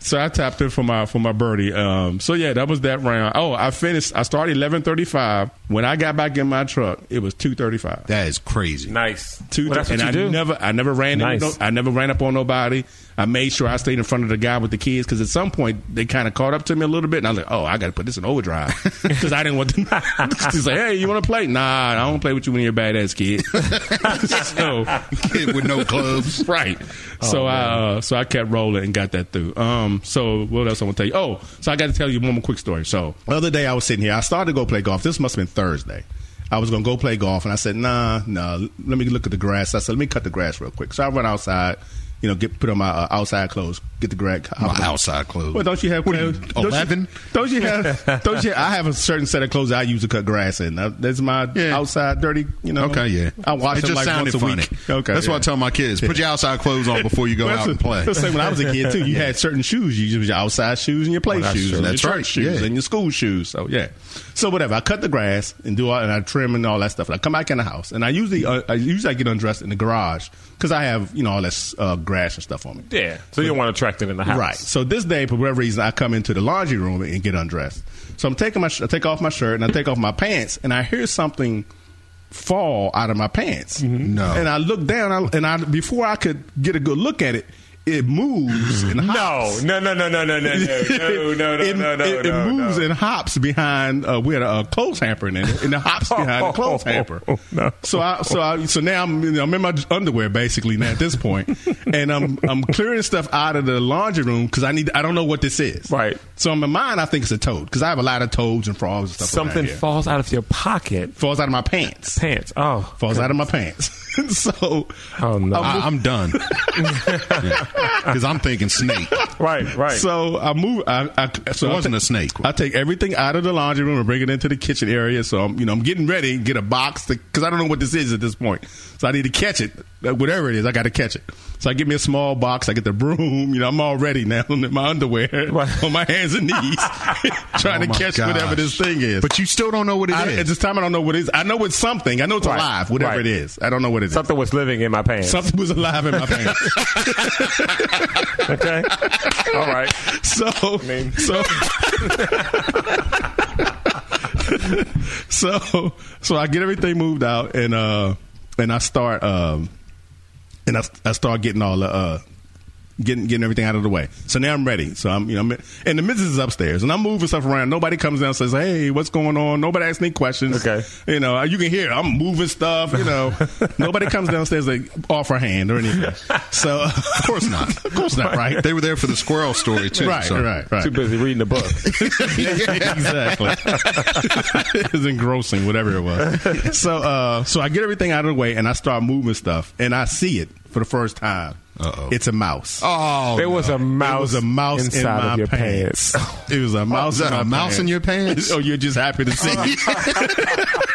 Speaker 3: So I tapped in for my for my birdie. Um, so yeah, that was that round. Oh, I finished. I started eleven thirty five. When I got back in my truck, it was two thirty five.
Speaker 4: That is crazy.
Speaker 2: nice.
Speaker 3: Two,
Speaker 2: Well, that's what
Speaker 3: and
Speaker 2: you
Speaker 3: I
Speaker 2: do.
Speaker 3: never, I never ran, into
Speaker 2: Nice.
Speaker 3: no- I never ran up on nobody. I made sure I stayed in front of the guy with the kids because at some point they kind of caught up to me a little bit, and I was like, "Oh, I got to put this in overdrive because I didn't want to." She's like, "Hey, you want to play? Nah, I don't play with you when you're a badass kid." so,
Speaker 4: Kid with no clubs.
Speaker 3: right. so I, uh, so I kept rolling and got that through. Um, so what else I want to tell you? Oh, so I got to tell you one more quick story. So the other day I was sitting here. I started to go play golf. This must have been Thursday. I was gonna go play golf, and I said, "Nah, nah. Let me look at the grass." I said, "Let me cut the grass real quick." So I went outside. You know, get put on my uh, outside clothes, get the grass.
Speaker 4: My outside clothes.
Speaker 3: Well, don't you have
Speaker 4: What are you,
Speaker 3: clothes? Don't you-
Speaker 4: 11?
Speaker 3: Don't you have? Don't you? I have a certain set of clothes I use to cut grass in. Uh, That's my
Speaker 4: Yeah.
Speaker 3: outside dirty. You know.
Speaker 4: Okay, yeah.
Speaker 3: I wash
Speaker 4: it
Speaker 3: them
Speaker 4: just
Speaker 3: like
Speaker 4: sounded
Speaker 3: once a
Speaker 4: funny.
Speaker 3: week. Okay,
Speaker 4: that's what I
Speaker 3: yeah.
Speaker 4: tell my kids. Put your outside clothes on before you go
Speaker 3: Well,
Speaker 4: out and play.
Speaker 3: That's the same when I was a kid too. You had certain shoes. You used your outside shoes and your play
Speaker 2: Well, that's
Speaker 3: shoes.
Speaker 2: true.
Speaker 3: And
Speaker 4: That's
Speaker 3: your
Speaker 4: right,
Speaker 3: church Shoes
Speaker 4: yeah.
Speaker 3: and your school shoes. So yeah. So whatever. I cut the grass and do all and I trim and all that stuff. And I come back in the house and I usually uh, I usually I get undressed in the garage because I have you know all that uh, grass and stuff on me.
Speaker 2: Yeah, so you don't want to attract it in the house,
Speaker 3: Right. So this day, for whatever reason, I come into the laundry room and get undressed. So I'm taking my, sh- I take off my shirt and I take off my pants, and I hear something fall out of my pants.
Speaker 4: No.
Speaker 3: And I look down, I, and I before I could get a good look at it, it moves and
Speaker 2: No,
Speaker 3: hops.
Speaker 2: Oh, no, no, no, no, no, no, no, no, no, no,
Speaker 3: it,
Speaker 2: no, no,
Speaker 3: it, it
Speaker 2: no,
Speaker 3: moves
Speaker 2: no.
Speaker 3: and hops behind. Uh, we had a, a clothes hamper in it, and it hops behind the clothes hamper.
Speaker 2: Oh, no.
Speaker 3: So I, so I, so now I'm, in- I'm in my underwear basically now at this point, and I'm I'm clearing stuff out of the laundry room because I need I don't know what this is.
Speaker 2: Right.
Speaker 3: So in my mind, I think it's a toad because I have a lot of toads and frogs and stuff.
Speaker 2: Something
Speaker 3: around here.
Speaker 2: falls out of your pocket.
Speaker 3: falls out of my pants.
Speaker 2: Pants. Oh,
Speaker 3: Falls out of my pants. so
Speaker 2: Oh, no.
Speaker 3: I'm-
Speaker 4: I, I'm done. Because I'm thinking snake.
Speaker 2: right, right.
Speaker 3: So I move. I, I so
Speaker 4: It
Speaker 3: I
Speaker 4: wasn't
Speaker 3: ta-
Speaker 4: a snake.
Speaker 3: I take everything out of the laundry room and bring it into the kitchen area. So I'm, you know, I'm getting ready, get a box because I don't know what this is at this point. So I need to catch it, Uh, whatever it is. I got to catch it. So I get me a small box. I get the broom. You know, I'm all ready now in my underwear,
Speaker 2: Right.
Speaker 3: on my hands and knees, trying
Speaker 4: Oh
Speaker 3: to
Speaker 4: my
Speaker 3: catch
Speaker 4: gosh.
Speaker 3: whatever this thing is.
Speaker 4: But you still don't know what it is.
Speaker 3: I, at this time, I don't know what it is. I know it's something. I know it's
Speaker 2: Right.
Speaker 3: alive, whatever
Speaker 2: Right.
Speaker 3: it is. I don't know what it is.
Speaker 2: Something was living in my pants.
Speaker 3: Something was alive in my pants.
Speaker 2: Okay. All right.
Speaker 3: So,
Speaker 2: mean-
Speaker 3: so, so, so I get everything moved out, and uh, and I start, um, and I, I start getting all the uh, getting getting everything out of the way. So now I'm ready. So I'm you know, I'm- and the missus is upstairs, and I'm moving stuff around. Nobody comes down and says, "Hey, what's going on?" Nobody asks any questions.
Speaker 2: Okay.
Speaker 3: you know, you can hear I'm moving stuff. You know, nobody comes downstairs to offer a hand or anything. So of
Speaker 4: course not.
Speaker 3: of course not. Right.
Speaker 4: They were there for the squirrel story too.
Speaker 3: Right,
Speaker 4: so.
Speaker 3: right, right.
Speaker 2: Too busy reading the book.
Speaker 3: exactly. it was engrossing, whatever it was. So, uh, so I get everything out of the way and I start moving stuff, and I see it for the first time.
Speaker 4: Uh-oh.
Speaker 3: It's a mouse.
Speaker 4: Oh,
Speaker 2: there was a mouse.
Speaker 3: It was a mouse
Speaker 2: inside
Speaker 3: in my
Speaker 2: of your
Speaker 3: pants.
Speaker 2: pants.
Speaker 3: It was a mouse.
Speaker 4: is that
Speaker 3: in my
Speaker 4: a mouse
Speaker 3: pants.
Speaker 4: in your pants?
Speaker 3: oh, you're just happy to see it.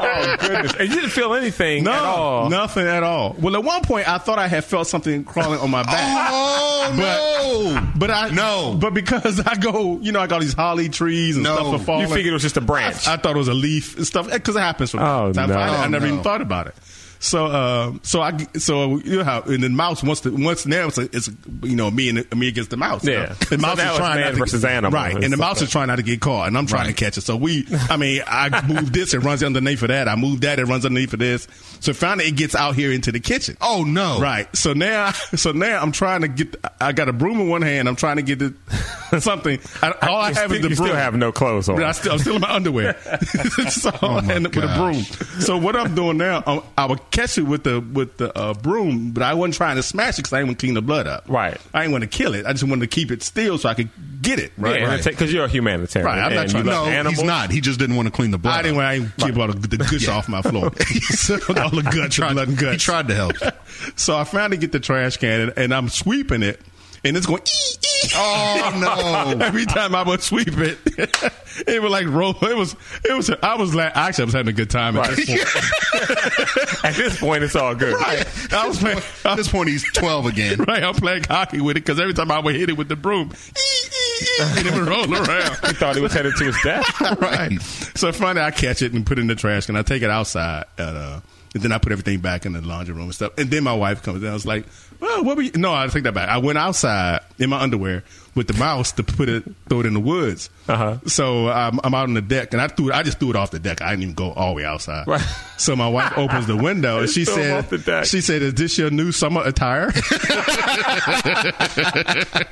Speaker 2: oh goodness! And you didn't feel anything
Speaker 3: No,
Speaker 2: at all.
Speaker 3: nothing at all. Well, at one point I thought I had felt something crawling on my back.
Speaker 4: Oh no!
Speaker 3: But I
Speaker 4: No.
Speaker 3: But because I go, you know, I got all these holly trees and
Speaker 4: No.
Speaker 3: stuff are falling.
Speaker 2: You figured it was just a branch.
Speaker 3: I thought it was a leaf and stuff because it happens from
Speaker 2: Oh,
Speaker 3: time
Speaker 2: no.
Speaker 3: to time. I, I
Speaker 4: Oh,
Speaker 3: never
Speaker 4: no.
Speaker 3: even thought about it. So, uh, so I, g- so you know how, and the mouse wants to once now it's, a, it's you know me and me against the mouse. you
Speaker 2: Yeah.
Speaker 3: know?
Speaker 2: So
Speaker 3: the mouse
Speaker 2: now
Speaker 3: is
Speaker 2: it's
Speaker 3: trying
Speaker 2: man
Speaker 3: not to
Speaker 2: versus
Speaker 3: get,
Speaker 2: animal.
Speaker 3: right? And
Speaker 2: It's
Speaker 3: the mouse
Speaker 2: okay.
Speaker 3: is trying not to get caught, and I'm trying to catch it. So we, I mean, I move this, it runs underneath for that. I move that, it runs underneath for this. So finally, it gets out here into the kitchen.
Speaker 4: Oh no!
Speaker 3: Right. So now, so now I'm trying to get. I got a broom in one hand. I'm trying to get the something. I, all I
Speaker 2: You
Speaker 3: have
Speaker 2: still-
Speaker 3: is the
Speaker 2: you
Speaker 3: broom.
Speaker 2: still have no clothes on.
Speaker 3: But I still, I'm still in my underwear. so
Speaker 4: Oh, my
Speaker 3: and with a
Speaker 4: gosh.
Speaker 3: broom. So what I'm doing now, I'm, I would catch it with the with the uh, broom, but I wasn't trying to smash it because I didn't want to clean the blood up.
Speaker 2: Right.
Speaker 3: I didn't want to kill it. I just wanted to keep it still so I could get it.
Speaker 2: Yeah,
Speaker 3: Right.
Speaker 2: and
Speaker 3: right.
Speaker 2: it take- Cause you're a humanitarian.
Speaker 3: Right, I'm not
Speaker 2: and
Speaker 3: trying-
Speaker 2: you
Speaker 4: No,
Speaker 2: love animals.
Speaker 4: he's not. He just didn't want to clean the blood.
Speaker 3: I didn't
Speaker 4: up.
Speaker 3: want I didn't keep all the, the guts off my floor. so, all the guts,
Speaker 4: Tried-
Speaker 3: blood and guts.
Speaker 4: He tried to help.
Speaker 3: So I finally get the trash can and, and I'm sweeping it, and it's going. "Ee, ee."
Speaker 4: Oh no!
Speaker 3: Every time I would sweep it, it would like roll. It was, it was. I was like, actually, I was having a good time at this point.
Speaker 2: At this point, it's all good.
Speaker 3: Right. I was playing.
Speaker 4: At this point, he's twelve again.
Speaker 3: Right, I'm playing hockey with it because every time I would hit it with the broom, and it would roll around.
Speaker 2: He thought he was headed to his death.
Speaker 4: Right.
Speaker 3: So finally, I catch it and put it in the trash can. I take it outside, and, uh, and then I put everything back in the laundry room and stuff. And then my wife comes in. I was like, "Well, what were you?" No, I take that back. I went outside in my underwear with the mouse to put it, throw it in the woods.
Speaker 2: Uh-huh.
Speaker 3: So I'm, I'm out on the deck, and I threw, it- I just threw it off the deck. I didn't even go all the way outside.
Speaker 2: Right.
Speaker 3: So my wife opens the window and she
Speaker 2: Threw 'em
Speaker 3: said,
Speaker 2: off the deck. Uh-huh.
Speaker 3: "She said, is this your new summer attire?"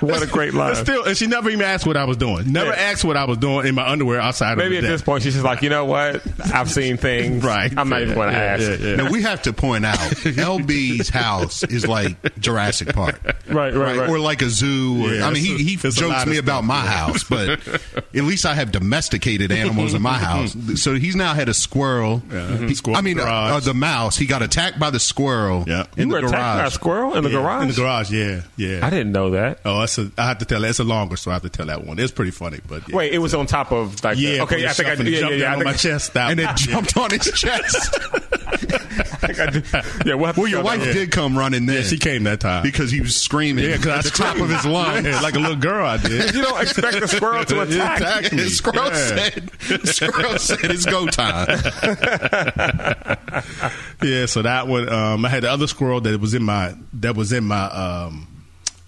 Speaker 2: what a great
Speaker 3: But
Speaker 2: line.
Speaker 3: still, and she never even asked what I was doing. Never
Speaker 2: Yeah.
Speaker 3: asked what I was doing in my underwear outside
Speaker 2: Maybe
Speaker 3: of
Speaker 2: at
Speaker 3: the
Speaker 2: this
Speaker 3: deck.
Speaker 2: point, she's just like, you know what? I've seen things.
Speaker 3: Right.
Speaker 2: I'm not
Speaker 3: Yeah,
Speaker 2: even going to
Speaker 3: yeah,
Speaker 2: ask.
Speaker 3: yeah, yeah.
Speaker 4: Now we have to point out LB's house is like Jurassic Park.
Speaker 2: Right, right, right.
Speaker 4: Or like a zoo. Or,
Speaker 3: Yeah,
Speaker 4: I mean,
Speaker 3: it's
Speaker 4: he,
Speaker 3: a-
Speaker 4: he
Speaker 3: it's a lot
Speaker 4: jokes
Speaker 3: of
Speaker 4: me about my house, but at least I have domesticated animals in my house. So he's now had a squirrel. He-
Speaker 3: Squirrel
Speaker 4: I mean, uh,
Speaker 3: garage.
Speaker 4: uh, the mouse. He got attacked by the squirrel
Speaker 3: Yeah.
Speaker 4: in
Speaker 2: You were
Speaker 4: the
Speaker 2: attacked by a
Speaker 4: garage.
Speaker 2: squirrel in the
Speaker 3: Yeah,
Speaker 2: garage?
Speaker 3: In the garage, yeah, yeah.
Speaker 2: I didn't know that.
Speaker 3: Oh, that's a, I have to tell that. It's a longer, so I have to tell that one. It's pretty funny, but yeah.
Speaker 2: Wait, it was on top of like.
Speaker 3: yeah,
Speaker 2: the- okay, I think I
Speaker 3: jumped
Speaker 2: yeah, yeah,
Speaker 3: down
Speaker 2: yeah, I
Speaker 3: on
Speaker 2: think-
Speaker 3: my chest, that
Speaker 4: And
Speaker 3: one.
Speaker 4: it jumped on his chest.
Speaker 2: I think I did. Yeah, well,
Speaker 4: Well, your wife did come running there.
Speaker 3: Yeah, she came that time.
Speaker 4: because he was screaming
Speaker 3: yeah, because I
Speaker 4: at the top
Speaker 3: screamed.
Speaker 4: of his lungs.
Speaker 3: Yeah, like a little girl. I did.
Speaker 2: You don't expect a squirrel to
Speaker 3: It
Speaker 2: attack.
Speaker 3: attacked me.
Speaker 4: Squirrel
Speaker 3: Yeah.
Speaker 4: said, "Squirrel said it's go time."
Speaker 3: yeah, so that one. Um, I had the other squirrel that was in my that was in my um,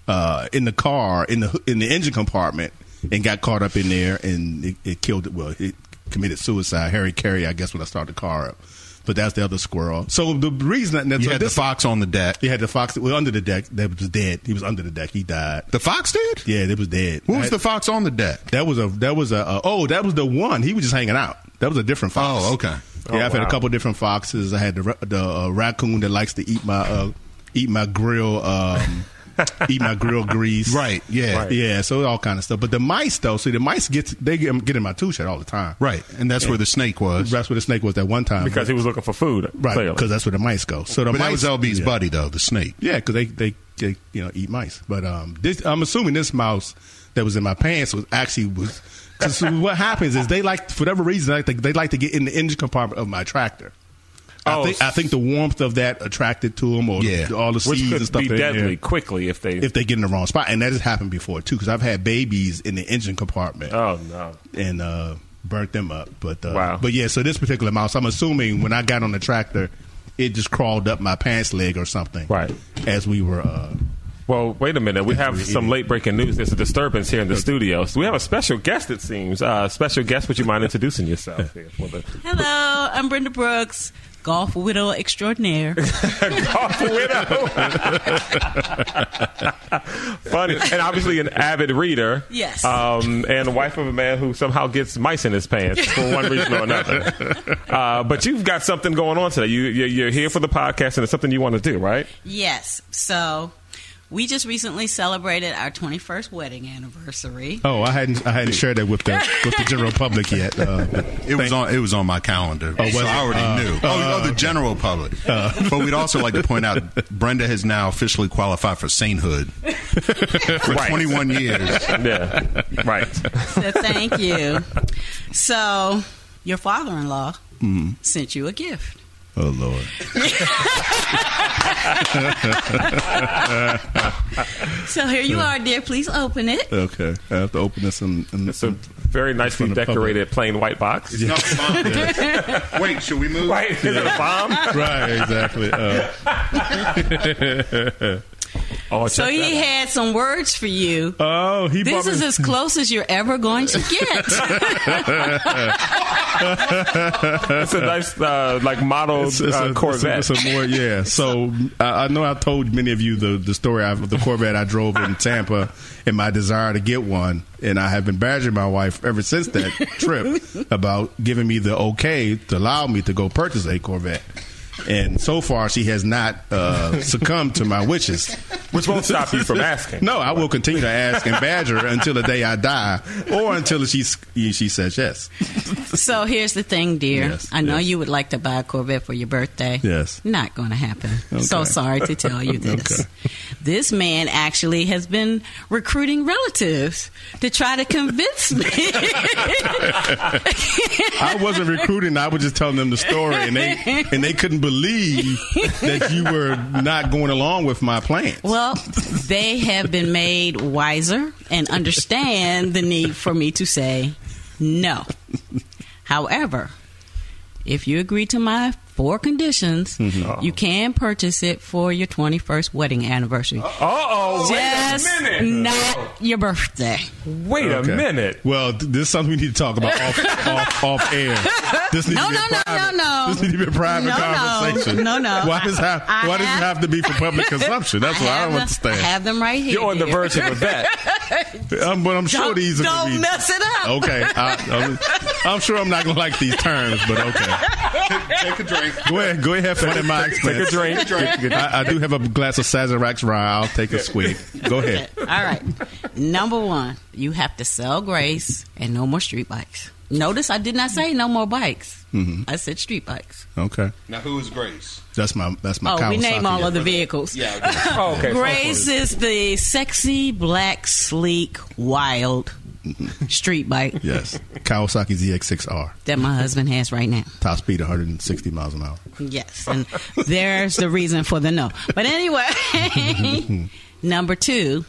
Speaker 3: uh, in the car in the in the engine compartment and got caught up in there and it, it killed it. Well, it committed suicide. Harry Carey, I guess, when I started the car up. But that's the other squirrel. So the reason that that's
Speaker 4: You
Speaker 3: so
Speaker 4: had
Speaker 3: this,
Speaker 4: the fox on the deck.
Speaker 3: you had the fox that was under the deck that was dead. He was under the deck. He died.
Speaker 4: The fox did.
Speaker 3: Yeah, that was dead.
Speaker 4: Who was
Speaker 3: That-
Speaker 4: the fox on the deck?
Speaker 3: That was a that was a uh, oh that was the one he was just hanging out. That was a different fox.
Speaker 4: Oh, okay.
Speaker 3: Yeah,
Speaker 2: Oh,
Speaker 3: I've had a
Speaker 2: wow.
Speaker 3: couple different foxes. I had the ra- the uh, raccoon that likes to eat my uh, eat my grill um, eat my grill grease.
Speaker 4: Right, yeah. Right.
Speaker 3: Yeah. So all kind of stuff. But the mice though, see the mice gets they get, get in my two shot all the time.
Speaker 4: Right, and that's where the snake was.
Speaker 3: That's where the snake was that one time.
Speaker 2: Because he was looking for food.
Speaker 3: right
Speaker 2: clearly.
Speaker 3: because that's where the mice go. So the
Speaker 4: But that was
Speaker 3: mice
Speaker 4: LB's
Speaker 3: yeah.
Speaker 4: buddy, though the snake.
Speaker 3: Yeah, because they, they they you know eat mice. But um, this I'm assuming this mouse that was in my pants was actually was because what happens is they like for whatever reason like they, they like to get in the engine compartment of my tractor. I,
Speaker 2: Oh,
Speaker 3: think, I think the warmth of that attracted to them, or
Speaker 4: Yeah.
Speaker 3: all the
Speaker 2: which
Speaker 3: seeds and
Speaker 2: could
Speaker 3: stuff
Speaker 2: be
Speaker 3: that are in there,
Speaker 2: deadly quickly if they.
Speaker 3: if they get in the wrong spot. And that has happened before too, because I've had babies in the engine compartment
Speaker 2: oh no.
Speaker 3: and uh, burnt them up. But uh,
Speaker 2: Wow.
Speaker 3: but yeah, so this particular mouse, I'm assuming when I got on the tractor, it just crawled up my pants leg or something.
Speaker 2: Right.
Speaker 3: As we were uh,
Speaker 2: Well, wait a minute. We have some late breaking news. There's a disturbance here in the studio. So we have a special guest. It seems. Uh, special guest. Would you mind introducing yourself? Here for the,
Speaker 5: Hello, I'm Brenda Brooks golf widow extraordinaire.
Speaker 2: golf widow. Funny, and obviously an avid reader.
Speaker 5: Yes.
Speaker 2: Um, and wife of a man who somehow gets mice in his pants for one reason or another. Uh, but you've got something going on today. You, you're, you're here for the podcast, and it's something you want to do, right?
Speaker 5: yes. So we just recently celebrated our 21st wedding anniversary.
Speaker 3: Oh, I hadn't I hadn't shared that with the with the general public yet. Uh,
Speaker 4: It was on. It was on my calendar.
Speaker 3: was
Speaker 4: so
Speaker 3: it?
Speaker 4: I already
Speaker 3: Uh,
Speaker 4: knew.
Speaker 3: uh,
Speaker 4: oh, oh, the general public. but we'd also like to point out Brenda has now officially qualified for sainthood for 21 years.
Speaker 2: Yeah. Right.
Speaker 5: So thank you. So your father-in-law
Speaker 3: Mm-hmm.
Speaker 5: sent you a gift.
Speaker 3: oh Lord,
Speaker 5: So here you are, dear. Please open it.
Speaker 3: okay, I have to open this and, and
Speaker 2: It's a very nicely
Speaker 3: From the public.
Speaker 2: decorated plain white box.
Speaker 4: No, fine. Wait, should we move?
Speaker 2: Right? Is it a bomb?
Speaker 3: right exactly. Uh,
Speaker 2: Oh,
Speaker 5: So
Speaker 2: check
Speaker 5: he
Speaker 2: that
Speaker 5: had some words for you.
Speaker 3: oh, he
Speaker 5: This
Speaker 3: bought me-
Speaker 5: is as close as you're ever going to get.
Speaker 2: out. It's a nice, uh, like model
Speaker 3: It's- it's a-
Speaker 2: uh,
Speaker 3: it's a-
Speaker 2: Corvette.
Speaker 3: it's a more- yeah. So I, I know I told many of you the the story of the Corvette I drove in Tampa and my desire to get one, and I have been badgering my wife ever since that trip about giving me the okay to allow me to go purchase a Corvette. And so far, she has not uh, succumbed to my wishes.
Speaker 2: Which won't stop you from asking.
Speaker 3: No, I will continue to ask and badger her until the day I die, or until she she says yes.
Speaker 5: so here's the thing, dear.
Speaker 3: Yes,
Speaker 5: I know
Speaker 3: yes.
Speaker 5: you would like to buy a Corvette for your birthday.
Speaker 3: Yes.
Speaker 5: Not going to happen. So
Speaker 3: Okay.
Speaker 5: sorry to tell you this.
Speaker 3: Okay.
Speaker 5: This man actually has been recruiting relatives to try to convince me.
Speaker 3: I wasn't recruiting. I was just telling them the story, and they and they couldn't believe that you were not going along with my plans.
Speaker 5: well, they have been made wiser and understand the need for me to say no. However, if you agree to my four conditions, you can purchase it for your 21st wedding anniversary.
Speaker 2: Uh oh.
Speaker 5: Just
Speaker 2: Wait a minute.
Speaker 5: not your birthday.
Speaker 2: Wait
Speaker 3: Okay.
Speaker 2: a minute.
Speaker 3: Well, th- this is something we need to talk about off, off, off air. This needs
Speaker 5: No,
Speaker 3: to be a
Speaker 5: no, no,
Speaker 3: private,
Speaker 5: no, no.
Speaker 3: This needs to be a private
Speaker 5: No, no.
Speaker 3: conversation.
Speaker 5: No, no.
Speaker 3: Why does have,
Speaker 5: I
Speaker 3: Why does
Speaker 5: have-
Speaker 3: it have to be for public consumption? That's what I
Speaker 5: have
Speaker 3: don't
Speaker 5: them-
Speaker 3: understand.
Speaker 5: I have them right here.
Speaker 2: You're on the
Speaker 5: dear.
Speaker 2: verge of a bet.
Speaker 3: Um, but I'm sure
Speaker 5: Don't,
Speaker 3: these are gonna
Speaker 5: don't
Speaker 3: be-
Speaker 5: mess it up.
Speaker 3: Okay, I, I'm, I'm sure I'm not gonna like these terms, but okay.
Speaker 4: Take a drink.
Speaker 3: Go ahead, go ahead, have fun at my expense.
Speaker 2: Take a drink.
Speaker 3: I, I do have a glass of Sazerac's rye. I'll take a squig. Go ahead.
Speaker 5: All right. Number one, you have to sell grace and no more street bikes. Notice I did not say no more bikes.
Speaker 3: Mm-hmm.
Speaker 5: I said street bikes.
Speaker 3: Okay,
Speaker 4: Now, who is Grace?
Speaker 3: that's my that's my.
Speaker 5: Oh, we name
Speaker 3: Kawasaki.
Speaker 5: all of the vehicles.
Speaker 2: Oh, okay.
Speaker 5: Grace is the sexy, black, sleek, wild
Speaker 3: Mm-hmm.
Speaker 5: street bike
Speaker 3: Yes, Kawasaki ZX6R,
Speaker 5: that my husband has right now.
Speaker 3: top speed 160 miles an hour.
Speaker 5: Yes, and there's the reason for the no. But anyway, number 2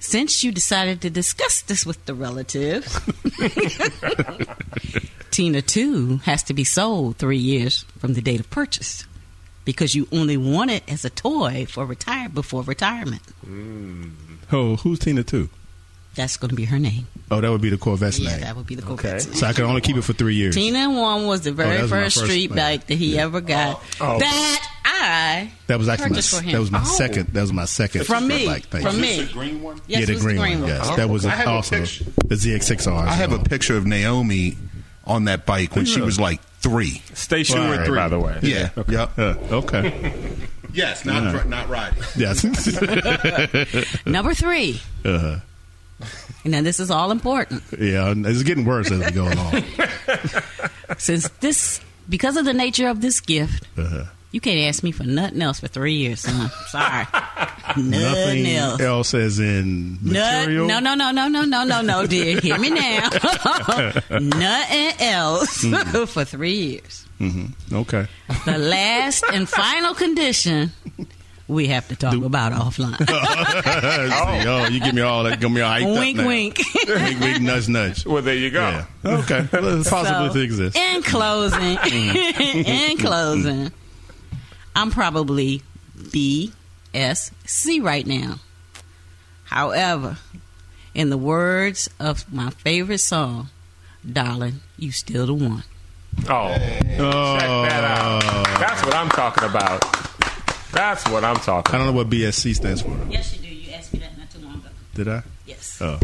Speaker 5: since you decided to discuss this with the relatives, Tina 2 has to be sold three years from the date of purchase because you only want it as a toy for retire before retirement.
Speaker 3: Oh, who's Tina two?
Speaker 5: That's going to be her name.
Speaker 3: Oh, that would be the Corvette's
Speaker 5: yeah,
Speaker 3: name.
Speaker 5: that would be the Corvette's name.
Speaker 3: so I can only keep it for three years.
Speaker 5: Tina 1 was the very
Speaker 3: Oh, that was my
Speaker 5: first,
Speaker 3: first
Speaker 5: street
Speaker 3: plan.
Speaker 5: bike that he ever got that I
Speaker 3: that was actually my,
Speaker 5: Purchase for him.
Speaker 3: that was my
Speaker 5: Oh.
Speaker 3: second. That was my second.
Speaker 5: From me.
Speaker 3: Like, thank
Speaker 5: From
Speaker 3: you.
Speaker 5: me. Is this the
Speaker 4: green one?
Speaker 5: Yes,
Speaker 3: yeah, the
Speaker 5: it was
Speaker 3: green, one. Yes, that was
Speaker 4: I have a
Speaker 3: also
Speaker 4: picture.
Speaker 3: the ZX6R.
Speaker 4: I have a picture of Naomi on that bike when she was like three.
Speaker 2: Stay sure
Speaker 3: All right.
Speaker 2: three, by the way.
Speaker 4: Yeah. Yep.
Speaker 3: Uh, okay.
Speaker 4: Yes, not not riding.
Speaker 3: yes.
Speaker 5: Number three.
Speaker 3: Uh,
Speaker 5: Now, this is all important.
Speaker 3: yeah, and it's getting worse as we go along.
Speaker 5: Since this, because of the nature of this gift,
Speaker 3: Uh,
Speaker 5: you can't ask me for nothing else for three years, son. Sorry.
Speaker 3: nothing
Speaker 5: nothing else.
Speaker 3: else as in
Speaker 5: Nut-
Speaker 3: material.
Speaker 5: no, no, no, no, no, no, no, no, dear. Hear me now. nothing else
Speaker 3: Mm-hmm.
Speaker 5: for three years.
Speaker 3: Okay.
Speaker 4: Oh.
Speaker 5: The last and final condition we have to talk about offline.
Speaker 3: oh. oh, you give me all that. Give me all hyped up
Speaker 5: wink,
Speaker 3: now.
Speaker 5: wink.
Speaker 3: wink, wink, nudge, nudge.
Speaker 2: Well, there you go.
Speaker 3: Yeah. Okay. Well, it's possible
Speaker 5: So,
Speaker 3: to exist.
Speaker 5: In closing, in closing, I'm probably BSC right now. However, in the words of my favorite song, darling, you still the one.
Speaker 2: Oh, check that out.
Speaker 3: Oh.
Speaker 2: That's what I'm talking about. That's what I'm talking.
Speaker 3: I don't know what BSC stands for.
Speaker 5: Yes, you do. You asked me that not too long ago.
Speaker 3: Did I?
Speaker 5: Yes.
Speaker 3: Oh.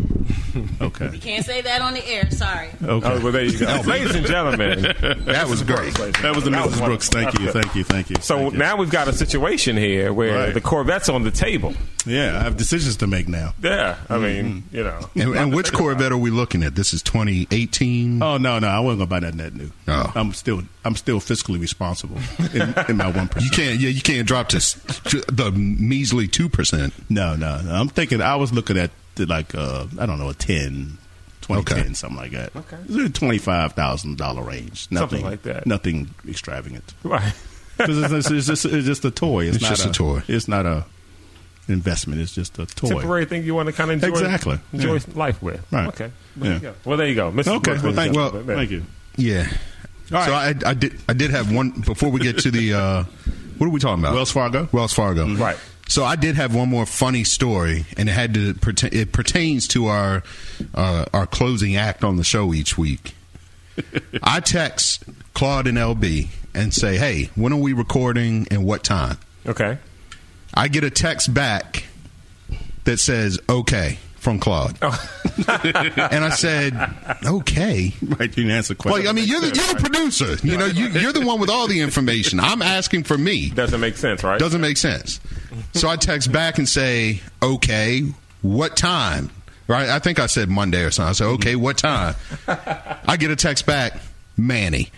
Speaker 3: Okay.
Speaker 5: Can't say that on the air. Sorry.
Speaker 3: Okay.
Speaker 2: Oh, well, there you go. Ladies and gentlemen.
Speaker 4: That was great.
Speaker 3: that was the
Speaker 2: That was
Speaker 3: Mrs. Brooks. Thank you. Thank you. Thank you.
Speaker 2: So
Speaker 3: Thank you.
Speaker 2: now we've got a situation here where
Speaker 3: Right.
Speaker 2: the Corvette's on the table.
Speaker 3: yeah, I have decisions to make now.
Speaker 2: Yeah, I
Speaker 3: Mm-hmm.
Speaker 2: mean, you know.
Speaker 4: And, and which Corvette are we looking at? This is 2018.
Speaker 3: Oh no, no, I wasn't gonna buy nothing that new.
Speaker 4: Oh.
Speaker 3: I'm still, I'm still fiscally responsible in, in my
Speaker 4: You
Speaker 3: one percent.
Speaker 4: can't. Yeah, you can't drop to s- to the measly two percent.
Speaker 3: No, no, no. I'm thinking. I was looking at the, like, uh, I don't know, a 10, 20,
Speaker 4: Okay.
Speaker 3: 10, something like that. Okay, twenty five thousand dollar range. Nothing
Speaker 2: Something like that.
Speaker 3: Nothing extravagant.
Speaker 2: Right.
Speaker 3: Because it's, it's, it's just, it's just a toy. It's,
Speaker 4: It's
Speaker 3: not
Speaker 4: just a toy.
Speaker 3: It's not a investment. It's just a toy.
Speaker 2: Temporary thing you want to kind of enjoy,
Speaker 3: Exactly.
Speaker 2: enjoy
Speaker 3: Yeah.
Speaker 2: life with.
Speaker 3: Right.
Speaker 2: Okay. Well,
Speaker 3: Yeah.
Speaker 2: there you go. Well, there you go. Mrs.
Speaker 3: Okay.
Speaker 2: Brooks,
Speaker 3: Well,
Speaker 2: ladies
Speaker 3: thank,
Speaker 2: and
Speaker 3: well,
Speaker 2: gentlemen.
Speaker 3: thank you.
Speaker 4: Yeah.
Speaker 3: All
Speaker 4: So
Speaker 3: right.
Speaker 4: I, I did. I did have one before we get to the. Uh, what are we talking about?
Speaker 3: Wells Fargo? Mm-hmm.
Speaker 4: Wells Fargo.
Speaker 2: Right.
Speaker 4: So I did have one more funny story, and it had to. pertain- It pertains to our uh, our closing act on the show each week. I text Claude and LB and say, "Hey, when are we recording and what time?"
Speaker 2: Okay.
Speaker 4: I get a text back that says, "Okay." From Claude, and I said, "Okay."
Speaker 3: Right, you didn't answer the question.
Speaker 4: Well, I mean, you're the, you're the producer. You know, you, you're the one with all the information. I'm asking for me.
Speaker 2: Doesn't make sense, right?
Speaker 4: Doesn't make sense. So I text back and say, okay, what time? Right? I think I said Monday or something. I said, okay, what time? I get a text back, Manny.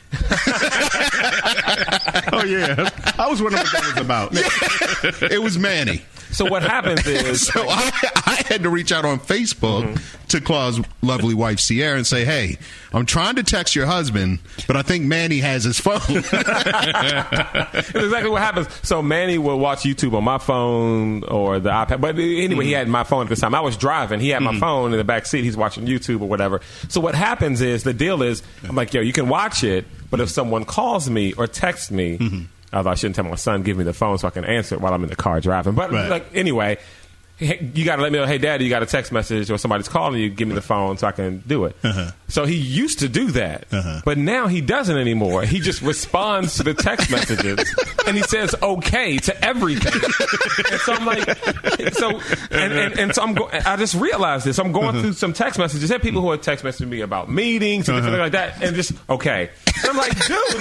Speaker 3: oh yeah, I was wondering what that was about.
Speaker 4: It was Manny.
Speaker 2: So what happens is
Speaker 4: So I, I had to reach out on Facebook
Speaker 3: Mm-hmm.
Speaker 4: to Claude's lovely wife, Sierra, and say, hey, I'm trying to text your husband, but I think Manny has his phone.
Speaker 2: That's exactly what happens. So Manny will watch YouTube on my phone or the iPad. But anyway, he had my phone at the time. I was driving. He had my phone in the back seat. He's watching YouTube or whatever. So what happens is the deal is I'm like, yo, you can watch it, but if someone calls me or texts me, although I shouldn't tell my son, give me the phone so I can answer it while I'm in the car driving. But
Speaker 3: Right.
Speaker 2: like anyway. hey, You gotta let me know. Hey, Daddy, you got a text message or somebody's calling you. Give me the phone so I can do it. So he used to do that,
Speaker 3: Uh-huh.
Speaker 2: but now he doesn't anymore. He just responds to the text messages and he says okay to everything. and so I'm like, so and, and, and so I'm go- I just realized this. I'm going
Speaker 3: Uh-huh.
Speaker 2: through some text messages. There are people who are text messaging me about meetings
Speaker 3: Uh-huh.
Speaker 2: and different things like that, and just okay. And I'm like, dude,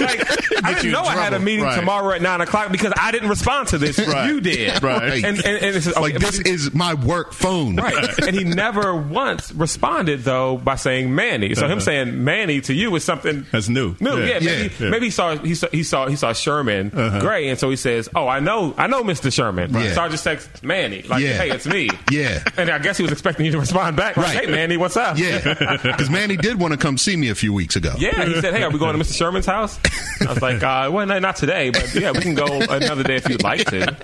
Speaker 2: like I
Speaker 3: you
Speaker 2: didn't
Speaker 3: in
Speaker 2: know I had a
Speaker 3: trouble.
Speaker 2: meeting
Speaker 3: Right.
Speaker 2: tomorrow at nine o'clock because I didn't respond to this.
Speaker 3: Right.
Speaker 2: You did,
Speaker 3: Right.
Speaker 2: And and, and it's, okay,
Speaker 4: like,
Speaker 2: but
Speaker 4: this is my work phone.
Speaker 2: Right. and he never once responded though by saying Manny. So him saying Manny to you is something
Speaker 3: Uh-huh. That's new.
Speaker 2: New, yeah.
Speaker 3: Yeah.
Speaker 2: maybe
Speaker 3: Yeah. Uh-huh.
Speaker 2: maybe he saw he saw he saw, he saw Sherman Gray, and so he says, "Oh, I know, I know, Mister Sherman."
Speaker 4: Right.
Speaker 2: So I just text Manny, like,
Speaker 4: Yeah.
Speaker 2: "Hey, it's me."
Speaker 4: Yeah.
Speaker 2: And I guess he was expecting you to respond back, like,
Speaker 4: Right.
Speaker 2: "Hey, Manny, what's up?"
Speaker 4: Yeah, because Manny did want to come see me a few weeks ago.
Speaker 2: Yeah, he said, "Hey, are we going to Mr. Sherman's house?" I was like, uh, "Well, no, not today, but yeah, we can go another day if you'd like to."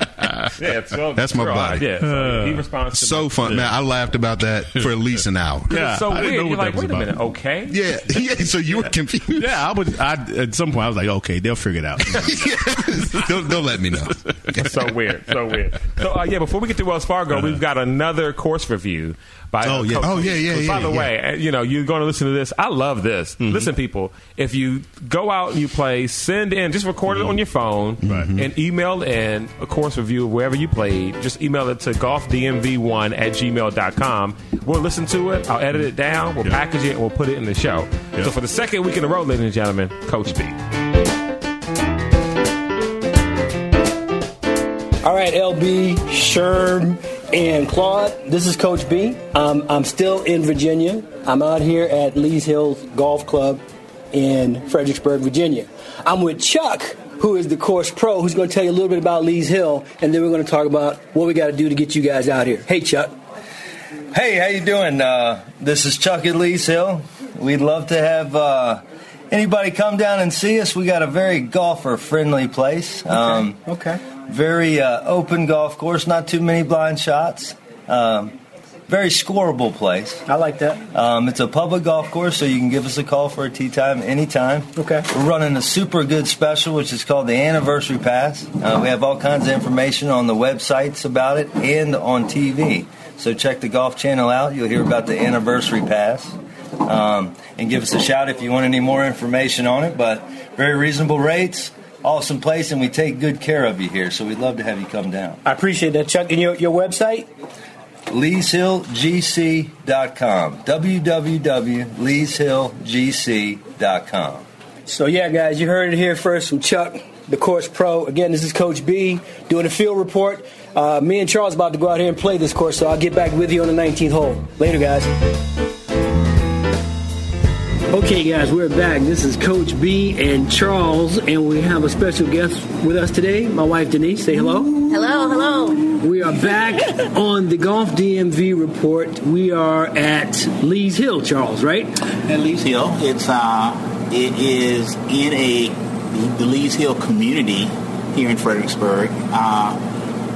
Speaker 2: Yeah, it's, well,
Speaker 4: That's my
Speaker 2: sure, all right.
Speaker 4: body.
Speaker 2: Yeah, so he responds to
Speaker 4: So fun, man! I laughed about that for at least an hour.
Speaker 2: my-
Speaker 3: Yeah,
Speaker 2: It's so
Speaker 3: I didn't
Speaker 2: weird.
Speaker 3: know
Speaker 2: You're
Speaker 3: what
Speaker 2: like,
Speaker 3: that was
Speaker 2: wait a minute,
Speaker 3: about.
Speaker 2: okay?
Speaker 4: yeah, yeah. So you were confused.
Speaker 3: Yeah, I was. I at some point I was like, okay, they'll figure it out.
Speaker 4: don't, don't let me know.
Speaker 2: so weird, so weird. So uh, yeah, before we get to Wells Fargo, we've got another course review by
Speaker 3: Oh, yeah.
Speaker 2: Coach
Speaker 4: Uh-huh. Oh, yeah,
Speaker 2: Lee.
Speaker 4: yeah,
Speaker 2: By the
Speaker 4: yeah, yeah. Mm-hmm.
Speaker 2: way, uh, you know you're going to listen to this. I love this. Listen, people, if you go out and you play, send in, just record it on your phone
Speaker 3: Right.
Speaker 4: Mm-hmm.
Speaker 2: and email in a course review of wherever you played. Just email it to golfdmv1 at gmail.com. We'll listen to it. I'll edit it down. We'll package it and we'll put it in the show.
Speaker 3: Yeah.
Speaker 2: So for the second week in a row, ladies and gentlemen, Coach B.
Speaker 6: All right, LB, Sherm, and Claude. This is Coach B. Um, I'm, I'm still in Virginia. I'm out here at Lee's Hills Golf Club in Fredericksburg, Virginia. I'm with Chuck, who is the course pro, who's going to tell you a little bit about Lee's Hill, and then we're going to talk about what we got to do to get you guys out here. Hey, Chuck.
Speaker 7: Hey, how you doing? Uh, this is Chuck at Lee's Hill. We'd love to have uh, anybody come down and see us. We got a very golfer-friendly place. Um,
Speaker 6: okay.
Speaker 7: Very uh, open golf course. Not too many blind shots. Um, very scoreable place.
Speaker 6: I like that.
Speaker 7: Um, it's a public golf course, so you can give us a call for a tee time anytime.
Speaker 6: Okay.
Speaker 7: We're running a super good special, which is called the Anniversary Pass. Uh, we have all kinds of information on the websites about it and on TV. So check the Golf Channel out. You'll hear about the Anniversary Pass. um, and give us a shout if you want any more information on it. But very reasonable rates, awesome place, and we take good care of you here. So we'd love to have you come down.
Speaker 6: I appreciate that, Chuck. And your, your website?
Speaker 7: LeesHillGC.com. www.leeshillgc.com.
Speaker 6: So yeah, guys, you heard it here first from Chuck, the course pro. Again, this is Coach B doing a field report. Uh, me and Charles about to go out here and play this course, so I'll get back with you on the 19th hole. Later, guys. Okay, guys, we're back. This is Coach B and Charles, and we have a special guest with us today. My wife Denise. Say hello.
Speaker 8: Hello, hello.
Speaker 6: We are back on the Golf DMV report. We are at Lee's Hill, Charles. Right?
Speaker 9: At Lee's Hill, it's uh, it is in a the Lee's Hill community here in Fredericksburg, uh,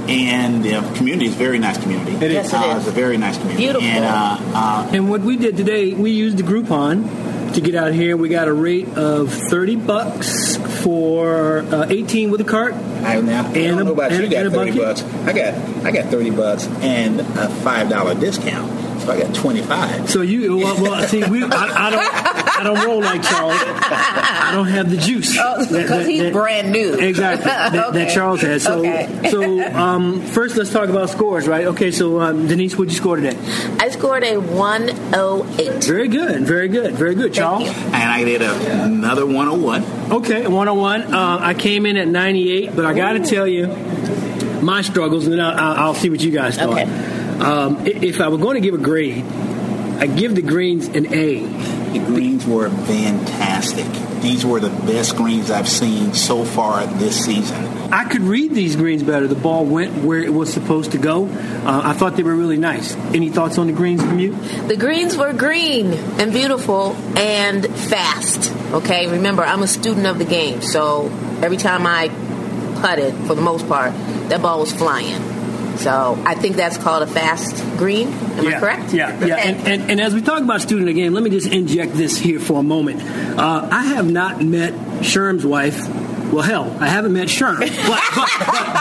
Speaker 9: and the community is a very nice community.
Speaker 6: It is.
Speaker 8: Yes, it
Speaker 9: Uh,
Speaker 8: is.
Speaker 9: It's a very nice community.
Speaker 8: Beautiful.
Speaker 9: And uh, uh,
Speaker 6: And what we did today, we used the Groupon to get out here. We got a rate of thirty bucks for uh, eighteen with a cart.
Speaker 9: I now I
Speaker 6: And
Speaker 9: don't
Speaker 6: a-
Speaker 9: know about
Speaker 6: and-
Speaker 9: you got
Speaker 6: and a
Speaker 9: thirty
Speaker 6: bucket?
Speaker 9: bucks. I got I got thirty bucks and a five dollar discount, so I got twenty five.
Speaker 6: So you, well, well see, we, I, I don't, I don't roll like Charles. I don't have the juice.
Speaker 8: Oh,
Speaker 6: That-
Speaker 8: because
Speaker 6: that-
Speaker 8: he's
Speaker 6: that-
Speaker 8: brand new.
Speaker 6: Exactly. That, that
Speaker 8: Okay.
Speaker 6: Charles has. So,
Speaker 8: Okay.
Speaker 6: so um, first, let's talk about scores, right? Okay, so um, Denise, what'd you score today?
Speaker 8: I scored a 108.
Speaker 6: Very good, very good, very good, Charles.
Speaker 9: And I did a, another one hundred one.
Speaker 6: Okay, one on one. I came in at 98, but I got to tell you my struggles, and then I'll, I'll- I'll see what you guys thought.
Speaker 8: Okay.
Speaker 6: Um, i- if I were going to give a grade, I give the greens an A.
Speaker 9: The greens were fantastic. These were the best greens I've seen so far this season.
Speaker 6: I could read these greens better. The ball went where it was supposed to go. Uh, I thought they were really nice. Any thoughts on the greens from you?
Speaker 8: The greens were green and beautiful and fast. Okay, remember, I'm a student of the game, so every time I putted, for the most part, that ball was flying. So I think that's called a fast green. Am
Speaker 6: yeah.
Speaker 8: I correct?
Speaker 6: Yeah, yeah.
Speaker 8: Okay.
Speaker 6: And, and, and as we talk about student again, let me just inject this here for a moment. Uh, I have not met Sherm's wife. Well, hell, I haven't met Sherm. But, but,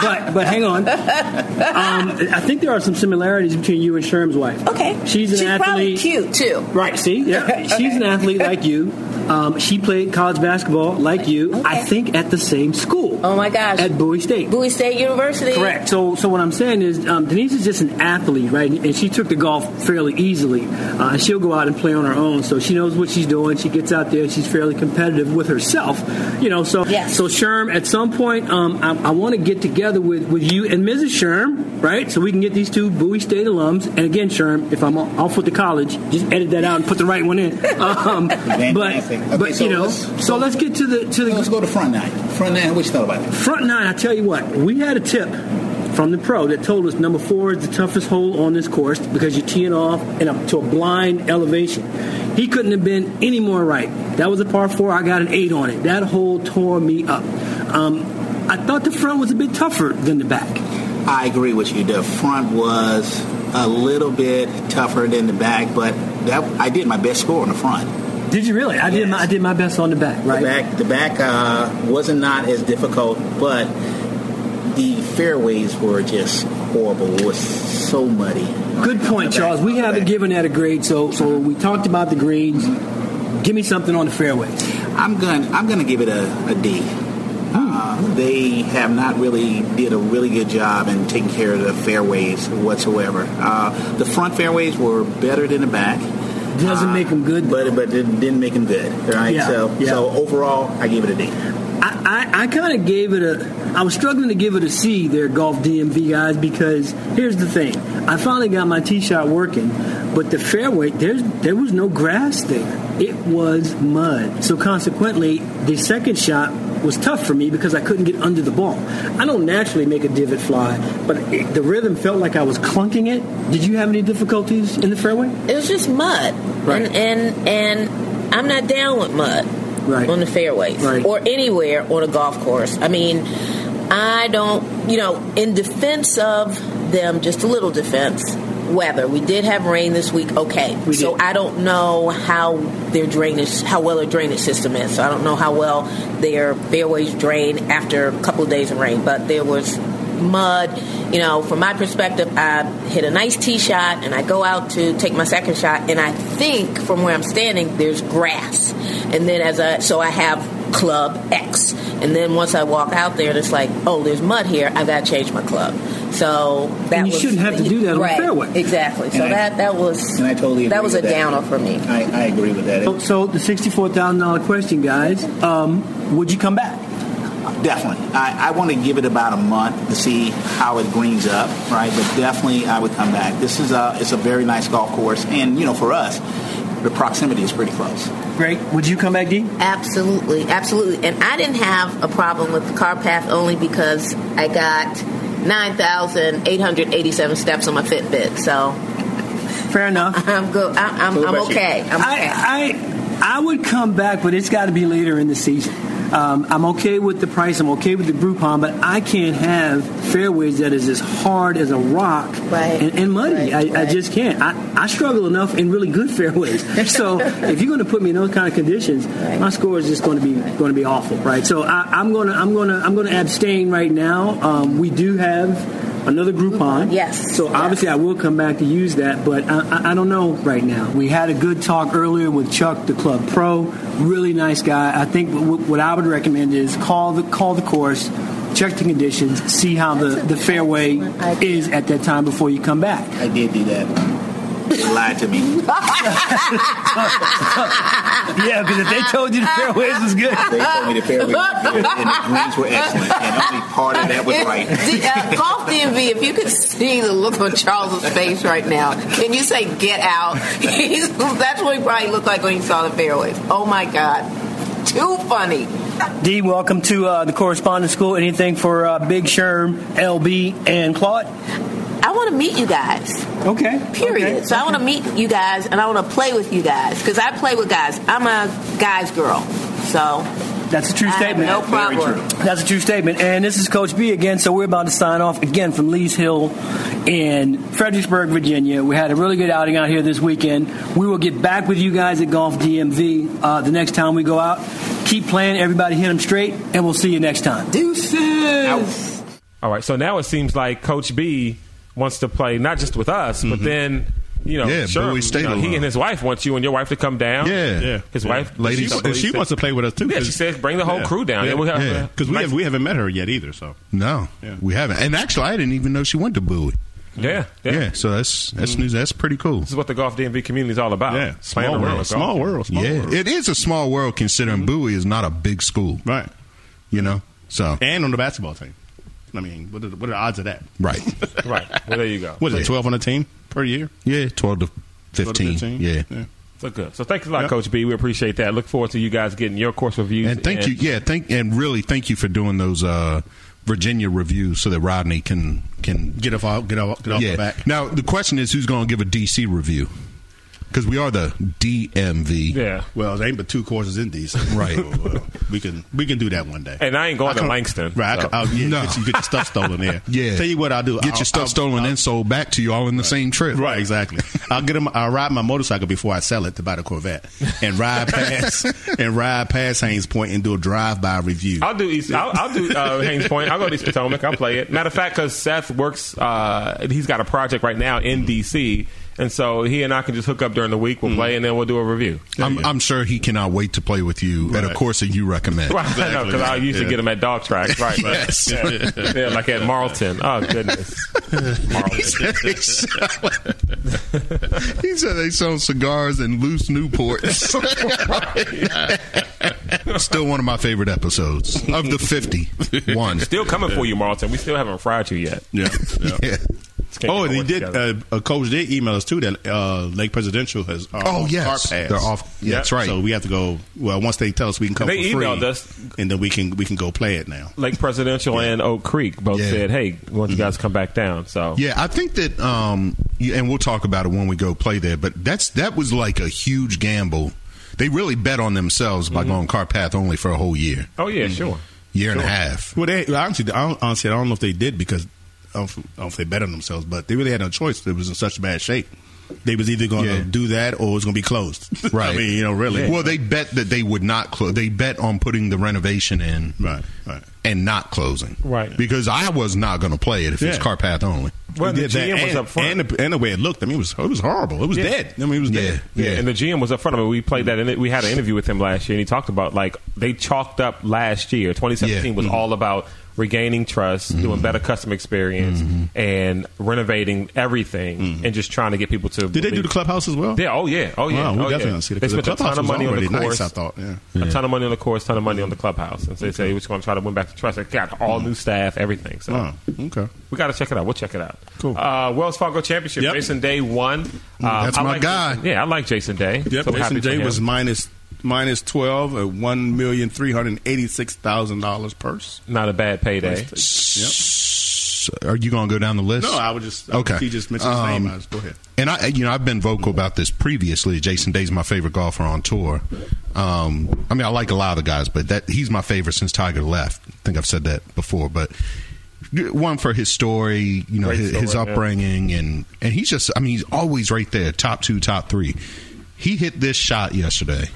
Speaker 6: but, but, but hang on. Um, I think there are some similarities between you and Sherm's wife.
Speaker 8: Okay.
Speaker 6: She's an athlete.
Speaker 8: probably cute too.
Speaker 6: Right. See, yeah, she's an athlete like you. Um, she played college basketball like you. I
Speaker 8: Okay.
Speaker 6: think at the same school.
Speaker 8: Oh my gosh.
Speaker 6: At Bowie State.
Speaker 8: Bowie State University.
Speaker 6: Correct. So, so what I'm saying is, um, Denise is just an athlete, right? And she took the golf fairly easily. Uh, and she'll go out and play on her own, so she knows what she's doing. She gets out there, she's fairly competitive with herself, you know. So,
Speaker 8: Yes.
Speaker 6: so Sherm, at some point, um, I, I want to get together with, with you and Mrs. Sherm, right? So we can get these two Bowie State alums. And again, Sherm, if I'm off with the college, just edit that out and put the right one in. Um, but,
Speaker 9: Fantastic. Okay,
Speaker 6: but
Speaker 9: so
Speaker 6: you know,
Speaker 9: let's-
Speaker 6: so let's get to the to the
Speaker 9: Let's go to front nine. Front nine, what you thought about it?
Speaker 6: Front nine, I tell you what, we had a tip from the pro that told us number four is the toughest hole on this course because you're teeing off and up to a blind elevation. He couldn't have been any more right. That was a par four. I got an eight on it. That hole tore me up. Um, I thought the front was a bit tougher than the back.
Speaker 9: I agree with you. The front was a little bit tougher than the back, but that I did my best score on the front.
Speaker 6: Did you really? I did. My, I did my best on the back, right?
Speaker 9: The back, the back uh, wasn't not as difficult, but the fairways were just horrible. It was so muddy.
Speaker 6: Good point,
Speaker 9: The back,
Speaker 6: Charles. We
Speaker 9: the
Speaker 6: haven't
Speaker 9: back.
Speaker 6: given that a grade, so so we talked about the grades. Give me something on the fairways.
Speaker 9: I'm going. I'm going to give it a, a D. Uh, they have not really did a really good job in taking care of the fairways whatsoever. Uh, the front fairways were better than the back.
Speaker 6: Doesn't make 'em good, though.
Speaker 9: but but it didn't make them good, right?
Speaker 6: Yeah,
Speaker 9: so
Speaker 6: yeah.
Speaker 9: so overall, I gave it a D.
Speaker 6: I, I, I kind of gave it a. I was struggling to give it a C there, golf DMV guys, because here's the thing. I finally got my tee shot working, but the fairway there's there was no grass there. It was mud. So consequently, the second shot was tough for me because I couldn't get under the ball. I don't naturally make a divot fly, but it, the rhythm felt like I was clunking it. Did you have any difficulties in the fairway?
Speaker 8: It was just mud.
Speaker 6: Right.
Speaker 8: And, and and I'm not down with mud.
Speaker 6: Right.
Speaker 8: On the fairways
Speaker 6: Right.
Speaker 8: or anywhere on a golf course. I mean, I don't. You know, in defense of them, just a little defense. Weather. We did have rain this week. Okay.
Speaker 6: We
Speaker 8: so
Speaker 6: did.
Speaker 8: I don't know how their drainage, how well their drainage system is. So I don't know how well their fairways drain after a couple of days of rain. But there was mud. You know, from my perspective, I hit a nice tee shot and I go out to take my second shot, and I think from where I'm standing, there's grass. And then as I, so I have club X. And then once I walk out there and it's like, oh, there's mud here, I've got to change my club. So that
Speaker 9: And you
Speaker 8: was-
Speaker 9: shouldn't have to do that on
Speaker 8: right,
Speaker 9: fairway.
Speaker 8: Exactly. So
Speaker 9: And I-
Speaker 8: that, that was
Speaker 9: And I totally agree
Speaker 8: that was a
Speaker 9: with that.
Speaker 8: downer for me.
Speaker 9: I, I agree with that.
Speaker 6: So, so the sixty-four thousand dollar question, guys. Um, would you come back?
Speaker 9: Oh, Definitely. I, I want to give it about a month to see how it greens up, right? But definitely, I would come back. This is a it's a very nice golf course, and you know, for us, the proximity is pretty close.
Speaker 6: Greg, would you come back, D?
Speaker 8: Absolutely, absolutely. And I didn't have a problem with the car path only because I got 9,887 steps on my Fitbit. So
Speaker 6: Fair enough.
Speaker 8: I'm good. I, I'm,
Speaker 9: So what
Speaker 8: I'm
Speaker 9: about you?
Speaker 8: okay. I'm okay.
Speaker 6: I, I I would come back, but it's got to be later in the season. Um, I'm okay with the price. I'm okay with the Groupon, but I can't have fairways that is as hard as a rock
Speaker 8: Right.
Speaker 6: and, and muddy.
Speaker 8: Right,
Speaker 6: I, I
Speaker 8: right.
Speaker 6: just can't. I, I struggle enough in really good fairways. So if you're going to put me in those kind of conditions,
Speaker 8: Right.
Speaker 6: my score is just going to be going to be awful, right? So I, I'm going to I'm going to I'm going to abstain right now. Um, we do have another Groupon.
Speaker 8: Yes,
Speaker 6: So
Speaker 8: yes.
Speaker 6: obviously I will come back to use that, but I, I, I don't know right now. We had a good talk earlier with Chuck, the club pro, really nice guy. I think what, what I would recommend is call the call the course, check the conditions, see how the,
Speaker 8: That's a
Speaker 6: the fairway
Speaker 8: excellent idea.
Speaker 6: is at that time before you come back.
Speaker 9: I did do that. They lied to me.
Speaker 6: Yeah, because if they told you the fairways was good,
Speaker 9: They told me the fairways were good and the greens were excellent, and only part of that was
Speaker 8: If-
Speaker 9: right.
Speaker 8: D- uh, golf DMV, if you could see the look on Charles's face right now, can you say get out? He's, that's what he probably looked like when he saw the fairways. Oh my God. Too funny.
Speaker 6: D, welcome to uh, the correspondence school. Anything for uh, Big Sherm, LB, and Claude?
Speaker 8: I want to meet you guys.
Speaker 6: Okay.
Speaker 8: Period. so I want to meet you guys and I want to play with you guys because I play with guys. I'm a guy's girl. So
Speaker 6: That's a true
Speaker 8: I have
Speaker 6: statement.
Speaker 8: no
Speaker 9: Very
Speaker 8: problem.
Speaker 9: true.
Speaker 6: That's a true statement. And this is Coach B again. So we're about to sign off again from Lee's Hill in Fredericksburg, Virginia. We had a really good outing out here this weekend. We will get back with you guys at Golf DMV uh, the next time we go out. Keep playing. Everybody hit them straight. And we'll see you next time.
Speaker 8: Deuces.
Speaker 2: All right, so now it seems like Coach B wants to play not just with us,
Speaker 3: Mm-hmm.
Speaker 2: but then you know,
Speaker 4: Yeah,
Speaker 2: sure,
Speaker 4: Bowie
Speaker 2: you
Speaker 4: State
Speaker 2: know, he
Speaker 4: alone.
Speaker 2: and his wife want you and your wife to come down.
Speaker 4: Yeah.
Speaker 3: Yeah.
Speaker 2: his
Speaker 3: Yeah.
Speaker 2: wife,
Speaker 4: Lady-
Speaker 2: she-
Speaker 3: And she wants to play with us too.
Speaker 2: Yeah,
Speaker 3: 'cause-
Speaker 2: she says bring the whole crew down. Yeah, we'll have-
Speaker 3: yeah. 'Cause we
Speaker 2: nice-
Speaker 3: have we haven't met her yet either. So
Speaker 4: No,
Speaker 3: Yeah.
Speaker 4: we haven't. And actually, I didn't even know she went to Bowie.
Speaker 2: Yeah, yeah.
Speaker 4: Yeah, so that's that's news. That's pretty cool.
Speaker 2: This is what the golf DMV community is all about.
Speaker 3: yeah,
Speaker 2: Playing
Speaker 3: small
Speaker 2: around
Speaker 3: world,
Speaker 2: with
Speaker 3: small
Speaker 2: golf.
Speaker 3: world, small
Speaker 4: yeah,
Speaker 3: world.
Speaker 4: it is a small world considering Bowie is not a big school,
Speaker 3: Mm-hmm. right.
Speaker 4: You know, so
Speaker 3: And on the basketball team. I mean, what are, the- what are the odds of that?
Speaker 4: right.
Speaker 2: Right. Well, there you go.
Speaker 3: What is it? Twelve on a team per year?
Speaker 4: Yeah, twelve to
Speaker 3: Twelve to
Speaker 4: fifteen. Yeah.
Speaker 2: So good. So thanks a lot,
Speaker 3: Yep.
Speaker 2: Coach B. We appreciate that. Look forward to you guys getting your course reviews.
Speaker 4: and thank you. Yeah, thank and really thank you for doing those uh, Virginia reviews so that Rodney can can
Speaker 3: Get off, our- get off, get off
Speaker 4: yeah.
Speaker 3: the back.
Speaker 4: Now the question is, who's going to give a DC review? Because we are the DMV.
Speaker 2: Yeah.
Speaker 3: Well, there ain't but two courses in these.
Speaker 4: Right.
Speaker 3: So, Oh, well, we can we can do that one day.
Speaker 2: And I ain't going
Speaker 3: I
Speaker 2: to
Speaker 3: come-
Speaker 2: Langston.
Speaker 3: Right. I
Speaker 2: so.
Speaker 3: can, I'll, yeah,
Speaker 4: No.
Speaker 3: get, you, get your stuff stolen there.
Speaker 4: Yeah.
Speaker 3: Tell you what I'll do.
Speaker 4: Get
Speaker 3: I'll-
Speaker 4: your stuff
Speaker 3: I'll-
Speaker 4: stolen
Speaker 3: I'll-
Speaker 4: and sold back to you all in the same trip.
Speaker 3: Right, exactly. I'll get him. I'll ride my motorcycle before I sell it to buy the Corvette, and ride past and ride past Haynes Point and do a drive-by review.
Speaker 2: I'll do East. I'll, I'll do uh, Haynes Point. I'll go to East Potomac. I'll play it. Matter of fact, because Seth works, uh, he's got a project right now in DC, and so he and I can just hook up during the week. We'll
Speaker 3: Hmm.
Speaker 2: play, and then we'll do a review.
Speaker 4: I'm, I'm sure he cannot wait to play with you at a
Speaker 3: Right.
Speaker 4: course that you recommend.
Speaker 2: Right, because I, used to get them at dog tracks, right?
Speaker 4: Yes.
Speaker 2: Yeah. Yeah, like at Marlton. Oh goodness, Marlton.
Speaker 4: They sell- he said they sell cigars and loose Newports. Still one of my favorite episodes of the 50. One.
Speaker 2: Still coming for you, Marlton. We still haven't fried you yet.
Speaker 3: yeah. yeah.
Speaker 4: Yeah.
Speaker 2: Just can't
Speaker 3: Oh,
Speaker 2: get
Speaker 3: and
Speaker 2: my
Speaker 3: he
Speaker 2: work
Speaker 3: did.
Speaker 2: together.
Speaker 3: Uh, a coach did email us too that uh, Lake Presidential has. Uh,
Speaker 4: Oh, yes.
Speaker 3: car pass.
Speaker 4: They're off- yeah, that's right.
Speaker 3: So we have to go. Well, once they tell us we can come,
Speaker 2: They
Speaker 3: for free,
Speaker 2: emailed us.
Speaker 3: and then we can we can go play it now.
Speaker 2: Lake Presidential and Oak Creek both
Speaker 4: Yeah.
Speaker 2: said, "Hey, we want you
Speaker 3: Mm-hmm.
Speaker 2: guys to come back down?" So
Speaker 4: Yeah, I think that, um, you- and we'll talk about it when we go play there. But that's that was like a huge gamble. They really bet on themselves
Speaker 3: Mm-hmm.
Speaker 4: by going Carpath only for a whole year,
Speaker 2: Oh yeah, sure.
Speaker 4: year and a half.
Speaker 3: Well, they honestly, I don't, honestly, I don't know if they did because I don't, I don't know if they bet on themselves, but they really had no choice. It was in such bad shape. they was either going to
Speaker 4: Yeah.
Speaker 3: do that or it's going to be closed.
Speaker 4: Right.
Speaker 3: I mean, you know, really.
Speaker 4: Well, they bet that they would not close. They bet on putting the renovation in.
Speaker 3: Right, right.
Speaker 4: And not closing.
Speaker 2: Right.
Speaker 4: Because I was not going to play it if it's
Speaker 3: Yeah.
Speaker 4: car path only.
Speaker 2: Well,
Speaker 3: They
Speaker 2: the
Speaker 3: did that
Speaker 2: GM was
Speaker 3: and,
Speaker 2: up front.
Speaker 3: and the, and the way it looked, I mean, it was it was horrible. It was
Speaker 2: Yeah.
Speaker 3: dead. I mean, it was
Speaker 4: Yeah.
Speaker 3: dead.
Speaker 4: Yeah.
Speaker 2: And the GM was up front of it. We played that, and we had an interview with him last year, and he talked about like they chalked up last year. 2017
Speaker 4: Yeah.
Speaker 3: Mm-hmm.
Speaker 2: was all about regaining trust, doing better customer experience,
Speaker 3: Mm-hmm.
Speaker 2: and renovating everything, and just trying to get people to.
Speaker 3: Did they do the clubhouse as well?
Speaker 2: Yeah. Oh yeah. Oh yeah.
Speaker 3: Wow, we
Speaker 2: oh,
Speaker 3: definitely
Speaker 2: yeah.
Speaker 3: see that,
Speaker 2: They
Speaker 3: 'cause the
Speaker 2: spent a ton
Speaker 3: clubhouse
Speaker 2: of
Speaker 3: was
Speaker 2: money on the
Speaker 3: already nice,
Speaker 2: course.
Speaker 3: I thought, yeah.
Speaker 2: A ton of money on the course. Ton of money on the clubhouse. And so they say we're going to try to win back the trust. They got all new staff, everything. So
Speaker 3: Mm-hmm. Wow. Oh, Okay.
Speaker 2: we got to check it out. We'll check it out.
Speaker 3: Cool.
Speaker 2: Uh, Wells Fargo Championship
Speaker 3: Yep.
Speaker 2: Jason Day won. Uh,
Speaker 4: Mm, that's
Speaker 2: I
Speaker 4: my
Speaker 2: like
Speaker 4: guy.
Speaker 2: Jason- yeah, I like Jason Day.
Speaker 3: Yep.
Speaker 2: So happy
Speaker 3: Jason
Speaker 2: for
Speaker 3: Day
Speaker 2: him.
Speaker 3: was minus minus twelve at one million three hundred eighty six thousand dollars purse.
Speaker 2: not a bad payday.
Speaker 4: S- Are you going to go down the list?
Speaker 3: No, I would just- I-
Speaker 4: Okay.
Speaker 3: he just mentioned his name. I
Speaker 4: Um,
Speaker 3: was- go ahead.
Speaker 4: And I, you know, I've been vocal about this previously. Jason Day's my favorite golfer on tour. Um, I mean, I like a lot of the guys, but that he's my favorite since Tiger left. I think I've said that before, but one for his story, you know,
Speaker 2: Great
Speaker 4: his, his
Speaker 2: story, yeah.
Speaker 4: upbringing, and and he's just, I mean, he's always right there, top two, top three. He hit this shot yesterday,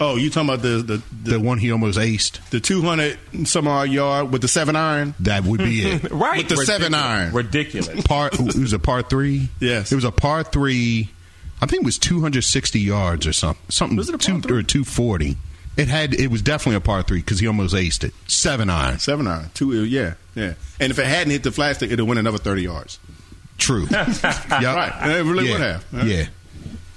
Speaker 3: Oh, you talking about the the
Speaker 4: the,
Speaker 3: the,
Speaker 4: one he almost aced.
Speaker 3: the two hundred some odd yard with the seven iron?
Speaker 4: That would be it,
Speaker 2: Right.
Speaker 4: With the seven
Speaker 2: Ridiculous.
Speaker 4: iron, Oh,
Speaker 2: Ridiculous.
Speaker 4: Par, it was a par three.
Speaker 3: Yes.
Speaker 4: it was a par three. I think it was 260 yards or something. Something
Speaker 3: Was it a
Speaker 4: two
Speaker 3: par three?
Speaker 4: or 240. It had. It was definitely a par three because he almost aced it. Seven iron.
Speaker 3: Seven iron. Two. Yeah. Yeah. And if it hadn't hit the plastic, it'd have went another thirty yards.
Speaker 4: True. Yup.
Speaker 3: Right. It really
Speaker 4: yeah.
Speaker 3: would have.
Speaker 4: Yeah.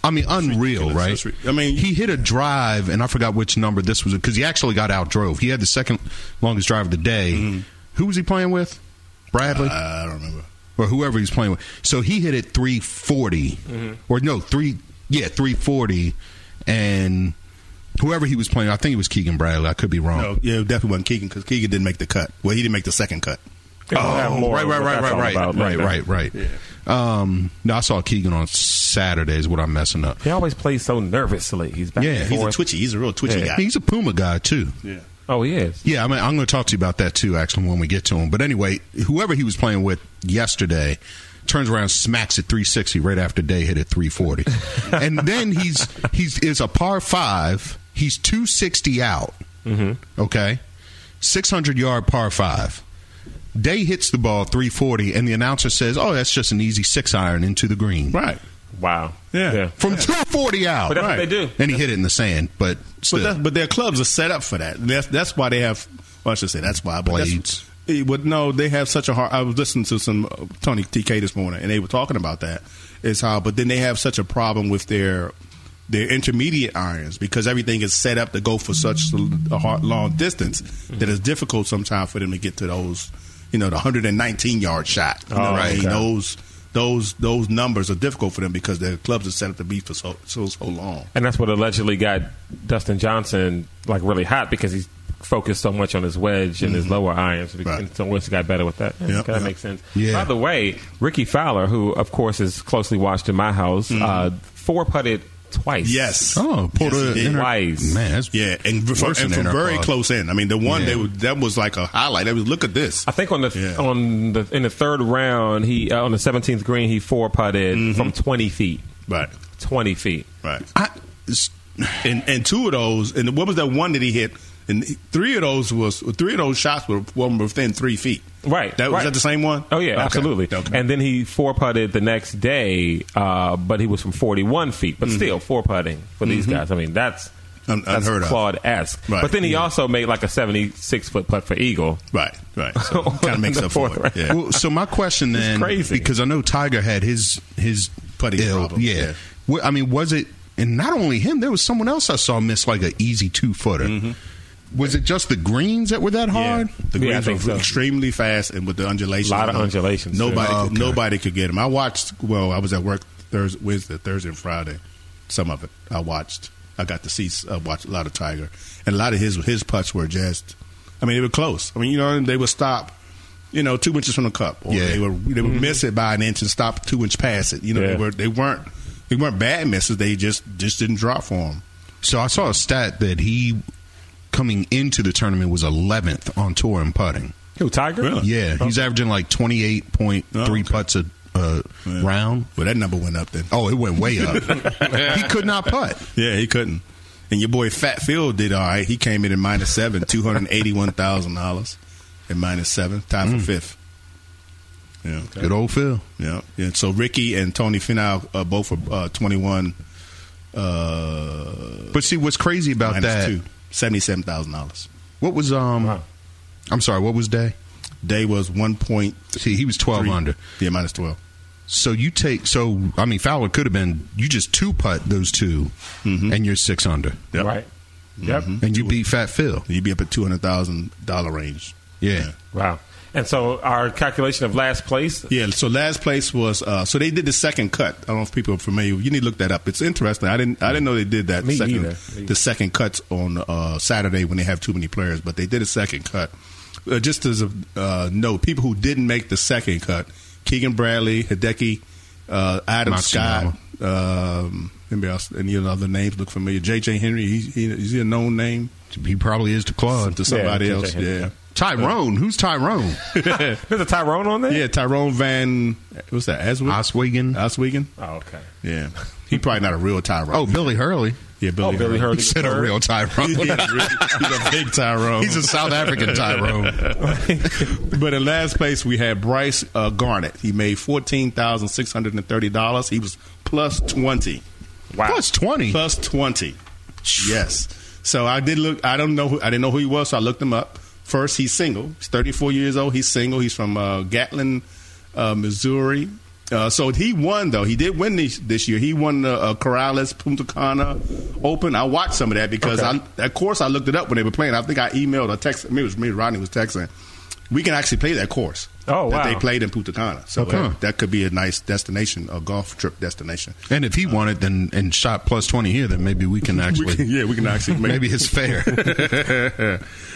Speaker 4: I mean, unreal,
Speaker 3: ridiculous.
Speaker 4: right?
Speaker 3: That's ri- I mean-
Speaker 4: he hit a drive, and I forgot which number this was because he actually got out drove. He had the second longest drive of the day. Who was he playing with? Bradley.
Speaker 3: Mm-hmm. I don't remember.
Speaker 4: or whoever he's playing with. So he hit it 340 or no, 3 yeah, 340 and whoever he was playing, I think it was Keegan Bradley, I could be wrong.
Speaker 3: No, yeah, it definitely wasn't Keegan because Keegan didn't make the cut. Well, he didn't make the second cut.
Speaker 4: Oh, right, right, right,
Speaker 2: That's
Speaker 4: right,
Speaker 2: all
Speaker 4: right,
Speaker 2: about
Speaker 4: right,
Speaker 2: that.
Speaker 4: right, right. Um, no, I saw Keegan on Saturday. Is what I'm messing up.
Speaker 2: He always plays so nervously. He's back.
Speaker 4: Yeah,
Speaker 2: and
Speaker 3: He's a
Speaker 2: forth.
Speaker 3: twitchy. He's a real twitchy
Speaker 2: Yeah.
Speaker 3: guy.
Speaker 4: He's a Puma guy too.
Speaker 3: yeah.
Speaker 2: Oh, he is.
Speaker 4: Yeah, I mean, I'm going to talk to you about that too, actually, when we get to him. But anyway, whoever he was playing with yesterday turns around, smacks at 360 right after Day hit at 340, and then he's he's is a par five. He's 260 out. Mm-hmm. Okay, 600 yard par five. Day hits the ball 340, and the announcer says, "Oh, that's just an easy six iron into the green."
Speaker 3: Right.
Speaker 2: Wow.
Speaker 3: Yeah.
Speaker 4: From 240 out,
Speaker 2: But that's what
Speaker 3: Right.
Speaker 2: they do.
Speaker 4: and he hit it in the sand. But
Speaker 3: But,
Speaker 4: still,
Speaker 3: that's, but their clubs are set up for that. That's that's why they have. Well, I should say that's why. But that's-
Speaker 4: Blades.
Speaker 3: eh, but no, they have such a hard. I was listening to some uh, Tony TK this morning, and they were talking about that. Is how, but then they have such a problem with their their intermediate irons because everything is set up to go for such a hard, long distance that it's difficult sometimes for them to get to those. You know, the 119 yard shot. You know
Speaker 2: Oh,
Speaker 3: what I mean?
Speaker 2: okay.
Speaker 3: Those those those numbers are difficult for them because their clubs are set up to be for so so, so long.
Speaker 2: And that's what allegedly got Dustin Johnson like really hot because he's focused so much on his wedge and his lower irons,
Speaker 3: Mm-hmm. Right.
Speaker 2: and so once he got better with that, yeah,
Speaker 3: Yep,
Speaker 2: that
Speaker 3: yep.
Speaker 2: makes sense.
Speaker 4: Yeah.
Speaker 2: By the way, Ricky Fowler, who of course is closely watched in my house, uh, four putted twice.
Speaker 3: Mm-hmm. Yes.
Speaker 4: oh, pulled
Speaker 3: Yes, he
Speaker 4: a
Speaker 3: did.
Speaker 4: inner-
Speaker 2: Twice.
Speaker 4: Man, that's
Speaker 3: Yeah, and from,
Speaker 4: worse
Speaker 3: and
Speaker 4: than
Speaker 3: from
Speaker 4: inner
Speaker 3: very
Speaker 4: quad.
Speaker 3: close in. I mean, the one
Speaker 4: Yeah.
Speaker 3: they were, that was like a highlight. That was look at this.
Speaker 2: I think on the
Speaker 3: Yeah.
Speaker 2: on the in the third round, he uh, on the seventeenth green, he four putted
Speaker 3: Mm-hmm.
Speaker 2: from twenty feet.
Speaker 3: Right,
Speaker 2: Twenty feet.
Speaker 3: right.
Speaker 4: I, it's-
Speaker 3: And and two of those, and what was that one that he hit? And three of those was three of those shots were one within three feet.
Speaker 2: Right.
Speaker 3: That was
Speaker 2: right.
Speaker 3: that the same one?
Speaker 2: Oh yeah,
Speaker 3: Okay.
Speaker 2: absolutely.
Speaker 3: Okay.
Speaker 2: And then he four putted the next day, uh, but he was from forty one feet. But still four putting for these guys. I mean that's
Speaker 3: Mm-hmm. Un-
Speaker 2: that's
Speaker 3: unheard of.
Speaker 2: Claude esque.
Speaker 3: Right.
Speaker 2: But then he
Speaker 3: Yeah.
Speaker 2: also made like a seventy six foot putt for eagle.
Speaker 3: right, right. So kind of makes
Speaker 2: The
Speaker 3: up for
Speaker 2: fourth
Speaker 3: it. Yeah.
Speaker 4: Well, so my question
Speaker 2: It's
Speaker 4: then,
Speaker 2: crazy.
Speaker 4: because I know Tiger had his his
Speaker 3: Putting problem,
Speaker 4: Yeah,
Speaker 3: yeah.
Speaker 4: Well, I mean, was it? And not only him, there was someone else I saw miss like an easy two footer. Was it just the greens that were that hard?
Speaker 3: Yeah. The
Speaker 2: Yeah, I
Speaker 3: greens
Speaker 2: think
Speaker 3: were
Speaker 2: so.
Speaker 3: extremely fast, and with the undulations,
Speaker 2: Lot of undulations,
Speaker 3: Nobody,
Speaker 4: too. Oh,
Speaker 3: could,
Speaker 4: okay.
Speaker 3: nobody could get him. I watched. Well, I was at work Thursday, Wednesday, Thursday, and Friday. Some of it I watched. I got to see. I watched a lot of Tiger, and a lot of his his putts were just. I mean, they were close. I mean, you know, they would stop. You know, two inches from the cup, or
Speaker 4: Yeah.
Speaker 3: they would they would miss it by an inch and stop two inch past it. You know,
Speaker 2: Mm-hmm. Yeah.
Speaker 3: they were they weren't they weren't bad misses. They just just didn't drop for him.
Speaker 4: So I saw a stat that he coming into the tournament was 11th on tour in putting.
Speaker 2: Who Tiger?
Speaker 3: Really?
Speaker 4: Yeah, he's averaging like twenty eight point three
Speaker 3: Oh, okay.
Speaker 4: putts a, uh, round.
Speaker 3: Well, that number went up then.
Speaker 4: Oh, it went way up. he could not putt.
Speaker 3: Yeah, he couldn't. And your boy Fat Phil did all right. He came in at minus seven, two hundred eighty-one thousand dollars, at minus seven, tied for fifth. Yeah,
Speaker 4: Mm. Good old Phil.
Speaker 3: yeah. And so Ricky and Tony Finau uh, both are uh, twenty-one. Uh,
Speaker 4: But see, what's crazy about
Speaker 3: minus
Speaker 4: that?
Speaker 3: two, seventy-seven thousand dollars.
Speaker 4: What was um? I'm sorry. What was day?
Speaker 3: Day was one point.
Speaker 4: See, he was 12 under.
Speaker 3: Yeah, minus twelve.
Speaker 4: So you take so I mean Fowler could have been you just two putt those 2 and you're six under
Speaker 3: Mm-hmm. Yep. Mm-hmm.
Speaker 2: Right. Yep.
Speaker 4: and you beat Fat Phil.
Speaker 3: You'd be up at two hundred thousand dollar range.
Speaker 4: Yeah.
Speaker 2: Wow. And so our calculation of last place.
Speaker 3: Yeah, so last place was uh, so they did the second cut. I don't know if people are familiar. You need to look that up. It's interesting. I didn't I didn't know they did that
Speaker 2: Me
Speaker 3: second
Speaker 2: either.
Speaker 3: the second cuts on uh, Saturday when they have too many players, but they did a second cut. Uh, just as a uh, note, people who didn't make the second cut: Keegan Bradley, Hideki, uh, Adam
Speaker 4: Matsuyama.
Speaker 3: Scott. Um, anybody else? Any other names look familiar? J.J. Henry. He, he, is he a known name
Speaker 4: He probably is to Claude.
Speaker 3: to somebody
Speaker 2: J.J.
Speaker 3: else?
Speaker 2: Henry.
Speaker 3: Uh, Yeah.
Speaker 4: Tyrone, who's Tyrone?
Speaker 2: There's a Tyrone on there.
Speaker 3: Yeah, Tyrone Van. What's that? Aswig?
Speaker 4: Oswego.
Speaker 3: Oswego.
Speaker 2: Oh, okay.
Speaker 3: Yeah, he probably not a real Tyrone.
Speaker 4: oh, Billy Hurley.
Speaker 3: yeah, Billy.
Speaker 2: oh, Billy Hurley.
Speaker 4: He said a real Tyrone.
Speaker 3: He's a big Tyrone.
Speaker 4: He's a South African Tyrone.
Speaker 3: but in last place we had Bryce uh, Garnett. He made fourteen thousand six hundred and thirty dollars. He was plus twenty.
Speaker 2: Wow.
Speaker 4: Plus twenty.
Speaker 3: Plus twenty. Yes. So I did look. I don't know. Who, I didn't know who he was, so I looked him up. First, he's single. He's thirty four years old. He's single. He's from uh, Gatlin, uh, Missouri. Uh, so he won though. He did win this, this year. He won the uh, Corrales Punta Cana Open. I watched some of that because I, of course, I looked it up when they were playing. I think I emailed or texted. Maybe it was me. Rodney was texting. We can actually play that course.
Speaker 2: Oh,
Speaker 3: That
Speaker 2: wow.
Speaker 3: they played in Punta Cana. So
Speaker 4: Okay.
Speaker 3: uh, that could be a nice destination, a golf trip destination.
Speaker 4: And if he won it then and shot plus twenty here, then maybe we can actually
Speaker 3: We can- yeah, we can actually make
Speaker 4: maybe it's fair.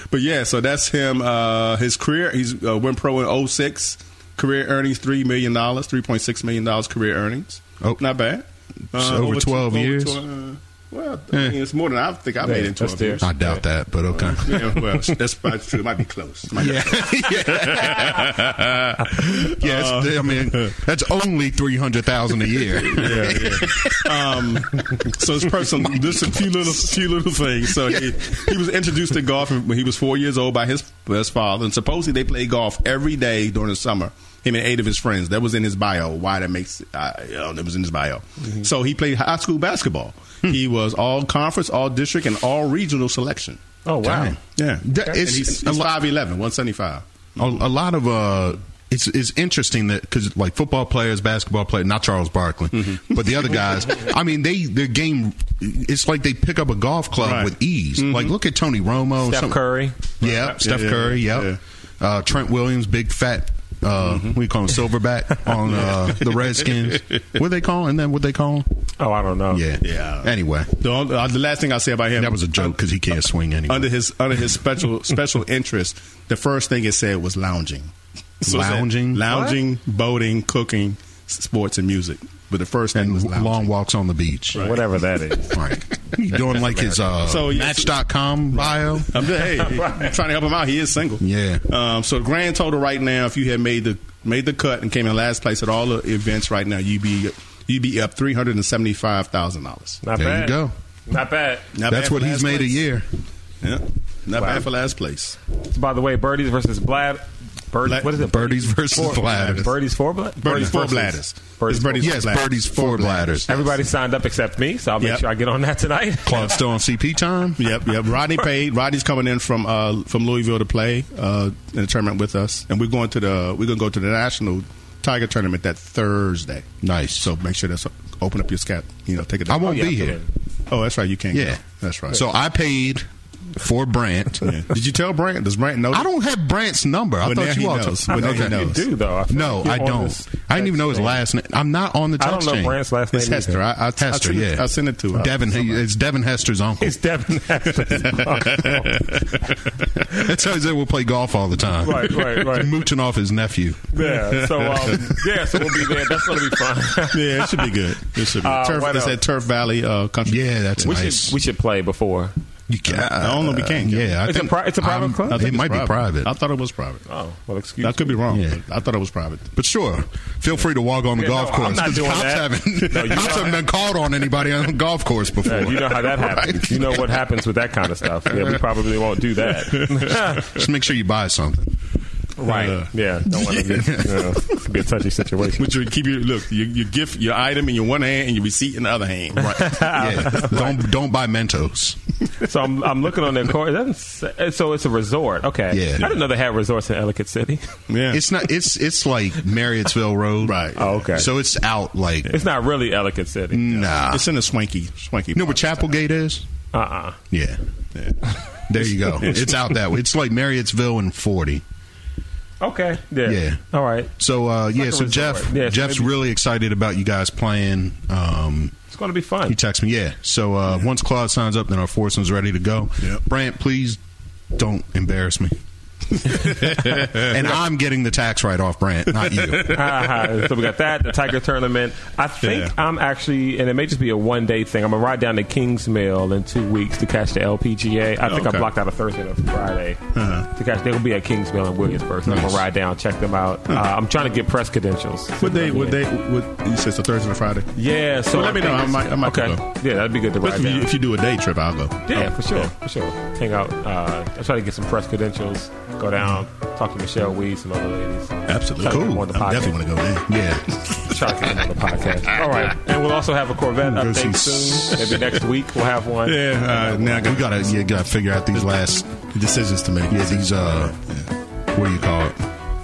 Speaker 3: but yeah, so that's him. Uh, his career, he's uh, went pro in 06. Career earnings three million dollars, three point six million dollars career earnings.
Speaker 4: Oh.
Speaker 3: not bad.
Speaker 4: So over 12 years? Eh.
Speaker 3: uh, well, I mean, it's more than I think I made in
Speaker 2: that's
Speaker 3: twelve
Speaker 2: there.
Speaker 3: years.
Speaker 4: I doubt that, but okay.
Speaker 3: yeah, well, that's probably true. It might be close. It might be
Speaker 4: Yeah. yeah.
Speaker 3: Uh,
Speaker 4: that's- I mean, that's only 300000 a year.
Speaker 3: um, so his personal, just a few little, few little things. So he, he was introduced to golf when he was four years old by his by his father, and supposedly they played golf every day during the summer. Him and eight of his friends. That was in his bio. Why that makes uh, you know, it was in his bio.
Speaker 4: Mm-hmm.
Speaker 3: So he played high school basketball.
Speaker 4: Hmm.
Speaker 3: He was all conference, all district, and all regional selection.
Speaker 2: Oh wow.
Speaker 4: Dang.
Speaker 3: Yeah,
Speaker 4: That
Speaker 3: and
Speaker 4: is
Speaker 3: he's, he's
Speaker 4: a lot-
Speaker 3: 5'11", 175.
Speaker 4: A, a lot of uh, it's it's interesting that because like football players, basketball players, not Charles Barkley,
Speaker 3: Mm-hmm.
Speaker 4: but the other guys. I mean, they their game. It's like they pick up a golf club
Speaker 3: Right. Mm-hmm.
Speaker 4: with ease. Like look at Tony Romo,
Speaker 2: Steph
Speaker 4: some-
Speaker 2: Curry.
Speaker 4: yeah,
Speaker 3: Right.
Speaker 4: Steph
Speaker 3: Yeah, yeah,
Speaker 4: Curry,
Speaker 3: yeah. Mm-hmm.
Speaker 4: yeah, Uh, Trent Williams, big fat. Uh, We call him Silverback on uh, the Redskins. What they call him? And then what they call him?
Speaker 2: Oh, I don't know.
Speaker 4: Yeah,
Speaker 3: Yeah.
Speaker 4: Anyway,
Speaker 3: The, only- uh, the last thing I say about him
Speaker 4: that was a joke because he can't swing anyway.
Speaker 3: uh, under his under his special special interest, the first thing it said was lounging, So it said
Speaker 4: Lounging?
Speaker 3: lounging, boating, cooking, s- sports, and music. But the first thing
Speaker 4: and
Speaker 3: was
Speaker 4: w-
Speaker 3: lounging.
Speaker 4: long walks on the beach.
Speaker 2: Whatever that is.
Speaker 4: Right. You doing like his uh,
Speaker 3: So, yeah,
Speaker 4: Match.com bio?
Speaker 3: I'm just, hey, I'm trying to help him out. He is single.
Speaker 4: Yeah.
Speaker 3: Um, so the grand total right now, if you had made the made the cut and came in last place at all the events right now, you'd be you'd be up three hundred and seventy five thousand dollars.
Speaker 2: Not
Speaker 4: There you
Speaker 2: bad.
Speaker 4: go.
Speaker 2: Not bad.
Speaker 4: That's what he's made a year.
Speaker 3: Yeah. Not bad for last place.
Speaker 2: By the way, birdies versus blad. Bird,
Speaker 3: Blad-
Speaker 2: what is it?
Speaker 4: Birdies versus
Speaker 2: four,
Speaker 4: bladders.
Speaker 2: Birdies for bladders.
Speaker 3: Birdies for
Speaker 2: versus-
Speaker 3: bladders.
Speaker 2: Birdies
Speaker 3: It's
Speaker 2: for-
Speaker 3: birdies-
Speaker 4: Yes,
Speaker 3: Bladders.
Speaker 4: Birdie's four bladders.
Speaker 2: Everybody signed up except me, so I'll make
Speaker 3: Yep.
Speaker 2: sure I get on that tonight.
Speaker 4: Claude's still on CP time.
Speaker 3: Yep, yep. Rodney paid. Rodney's coming in from uh, from Louisville to play uh, in a tournament with us, and we're going to the we're gonna go to the national Tiger tournament that Thursday.
Speaker 4: Nice.
Speaker 3: So make sure that's open up your scat. You know, take it.
Speaker 4: I won't be here.
Speaker 3: Oh, that's right. You can't.
Speaker 4: Yeah.
Speaker 3: go. that's right.
Speaker 4: So I paid for Brant.
Speaker 3: Yeah. did you tell Brant? Does Brant know?
Speaker 4: I don't have Brant's number. I
Speaker 3: Well, now
Speaker 4: thought
Speaker 3: he
Speaker 4: you all
Speaker 3: knows.
Speaker 4: told-
Speaker 3: Well, now he
Speaker 4: Okay.
Speaker 3: knows.
Speaker 2: You do, though. I feel
Speaker 4: no,
Speaker 2: like you're
Speaker 4: I
Speaker 2: on this
Speaker 4: don't. I didn't even know his
Speaker 2: text
Speaker 4: last name. I'm not on the
Speaker 2: I
Speaker 4: text
Speaker 2: don't know
Speaker 4: chain.
Speaker 2: Brant's last name.
Speaker 3: It's
Speaker 2: either.
Speaker 3: Hester. I, I, I
Speaker 4: Hester,
Speaker 3: sent it-
Speaker 4: yeah.
Speaker 3: I sent it to
Speaker 2: uh,
Speaker 3: her.
Speaker 4: Devin, he, it's Devin Hester's uncle.
Speaker 2: It's Devin
Speaker 4: That's how he said we'll play golf all the time.
Speaker 2: Right, right, right.
Speaker 4: Mooching off his nephew.
Speaker 2: yeah. So um, yeah. So we'll be there. That's gonna be fun.
Speaker 3: yeah, it should be good. It should be.
Speaker 2: Uh,
Speaker 3: Turf,
Speaker 2: what
Speaker 3: it's
Speaker 2: else?
Speaker 3: at Turf Valley uh, Country.
Speaker 4: Yeah, that's
Speaker 2: we
Speaker 4: nice.
Speaker 2: should we should play before.
Speaker 4: You can.
Speaker 3: I don't know if we can, can we?
Speaker 4: Uh, Yeah, I
Speaker 2: It's a
Speaker 4: think-
Speaker 2: pri- it's a private
Speaker 4: I'm-
Speaker 2: club?
Speaker 3: I
Speaker 4: It
Speaker 3: think it's
Speaker 4: might be private.
Speaker 3: I thought it was private.
Speaker 2: Oh, well, excuse
Speaker 3: I could be wrong.
Speaker 4: Yeah.
Speaker 3: but I thought it was private.
Speaker 4: But sure, feel free to walk on the
Speaker 2: Yeah,
Speaker 4: golf
Speaker 2: no, I'm
Speaker 4: course.
Speaker 2: not
Speaker 4: 'cause
Speaker 2: doing
Speaker 4: cops
Speaker 2: that.
Speaker 4: haven't,
Speaker 2: No, you
Speaker 4: cops
Speaker 2: know-
Speaker 4: haven't been called on anybody on a golf course before.
Speaker 2: Yeah, Uh, you know how that happens.
Speaker 4: Right?
Speaker 2: You know what happens with that kind of stuff. Yeah, we probably won't do that.
Speaker 4: Just make sure you buy something.
Speaker 2: right.
Speaker 3: Uh,
Speaker 2: yeah. Don't want to get, yeah, it's gonna be a touchy situation.
Speaker 3: But you keep your look, your, your gift, your item in your one hand, and your receipt in the other hand.
Speaker 4: Right. Yeah. Don't don't buy Mentos.
Speaker 2: So I'm, I'm looking on their court. It doesn't say- So it's a resort. Okay.
Speaker 4: Yeah.
Speaker 2: I didn't know they had resorts in Ellicott City.
Speaker 3: Yeah.
Speaker 4: It's not. It's it's like Marriottsville Road.
Speaker 3: Right.
Speaker 2: Oh, okay.
Speaker 4: So it's out like
Speaker 2: It's not really Ellicott City.
Speaker 3: Mm.
Speaker 4: nah.
Speaker 3: It's in a swanky, swanky.
Speaker 4: You know where
Speaker 3: part.
Speaker 4: Chapelgate is?
Speaker 2: Uh uh
Speaker 4: Yeah. There you go. It's out that way. It's like Marriottsville and forty.
Speaker 2: Okay. Yeah.
Speaker 4: Yeah.
Speaker 2: All right.
Speaker 4: So uh, yeah.
Speaker 2: a
Speaker 4: So
Speaker 2: resort.
Speaker 4: Jeff,
Speaker 2: Yeah, so
Speaker 4: Jeff's
Speaker 2: maybe-
Speaker 4: really excited about you guys playing. Um,
Speaker 2: It's going to be fun.
Speaker 4: He texted me, yeah. So uh, once Claude signs up, then our foursome's ready to go.
Speaker 3: Yep.
Speaker 4: Brant, please don't embarrass me. and I'm getting the tax write off, Brant, not you.
Speaker 2: Uh-huh. so we got that the Tiger tournament. I think
Speaker 3: Yeah.
Speaker 2: I'm actually, and it may just be a one day thing. I'm gonna ride down to Kingsmill in two weeks to catch the LPGA. I think I
Speaker 3: Okay. Uh-huh.
Speaker 2: blocked out a Thursday and a Friday to catch. They'll be at Kingsmill in Williamsburg. So I'm
Speaker 4: Nice.
Speaker 2: gonna ride down, check them out. Uh, I'm trying to get press credentials.
Speaker 3: What day? What day? What? You said it's a Thursday or Friday.
Speaker 2: Yeah. So
Speaker 3: Well, let me know. I might- I might
Speaker 2: okay.
Speaker 3: go.
Speaker 2: Yeah, that'd be good to
Speaker 3: But
Speaker 2: ride
Speaker 3: if, you,
Speaker 2: down.
Speaker 3: if you do a day trip, I'll go.
Speaker 2: yeah, for sure, for sure. Hang out. Uh, I try to get some press credentials. Go down, talk to Michelle Weed, some other ladies.
Speaker 3: Absolutely.
Speaker 2: Try to get
Speaker 4: Cool.
Speaker 2: them on the
Speaker 3: I
Speaker 2: podcast.
Speaker 3: definitely want to go there.
Speaker 4: Yeah.
Speaker 2: Try to get another podcast. All right. And we'll also have a Corvette
Speaker 4: Go
Speaker 2: update
Speaker 4: see-
Speaker 2: soon. Maybe next week we'll have one.
Speaker 3: Yeah. Uh, now I
Speaker 4: We
Speaker 3: got
Speaker 4: gotta yeah, gotta figure out these last
Speaker 3: decisions to make.
Speaker 4: yeah, these uh what do you call it?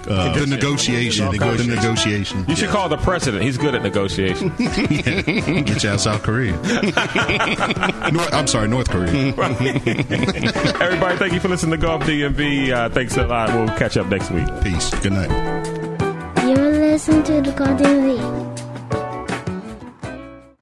Speaker 4: Uh, the negotiation. The
Speaker 3: Negotiation.
Speaker 4: negotiation.
Speaker 2: You should call the president. He's good at negotiation.
Speaker 4: Get you out of South Korea. North, I'm sorry, North Korea.
Speaker 2: Everybody, thank you for listening to Golf DMV. Uh, thanks a lot. We'll catch up next week.
Speaker 4: Peace. Good night.
Speaker 10: You're listening to the Golden Week.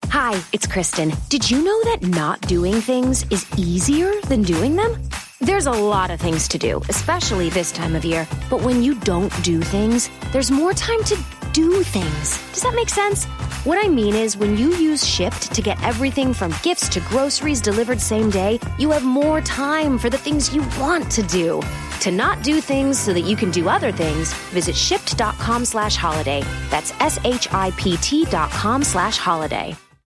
Speaker 11: Hi, it's Kristen. Did you know that not doing things is easier than doing them? There's a lot of things to do, especially this time of year. But when you don't do things, there's more time to do things. Does that make sense? What I mean is, when you use Shipt to get everything from gifts to groceries delivered same day, you have more time for the things you want to do. To not do things so that you can do other things, visit shipped.com slash holiday. That's S H I P T dot com slash holiday.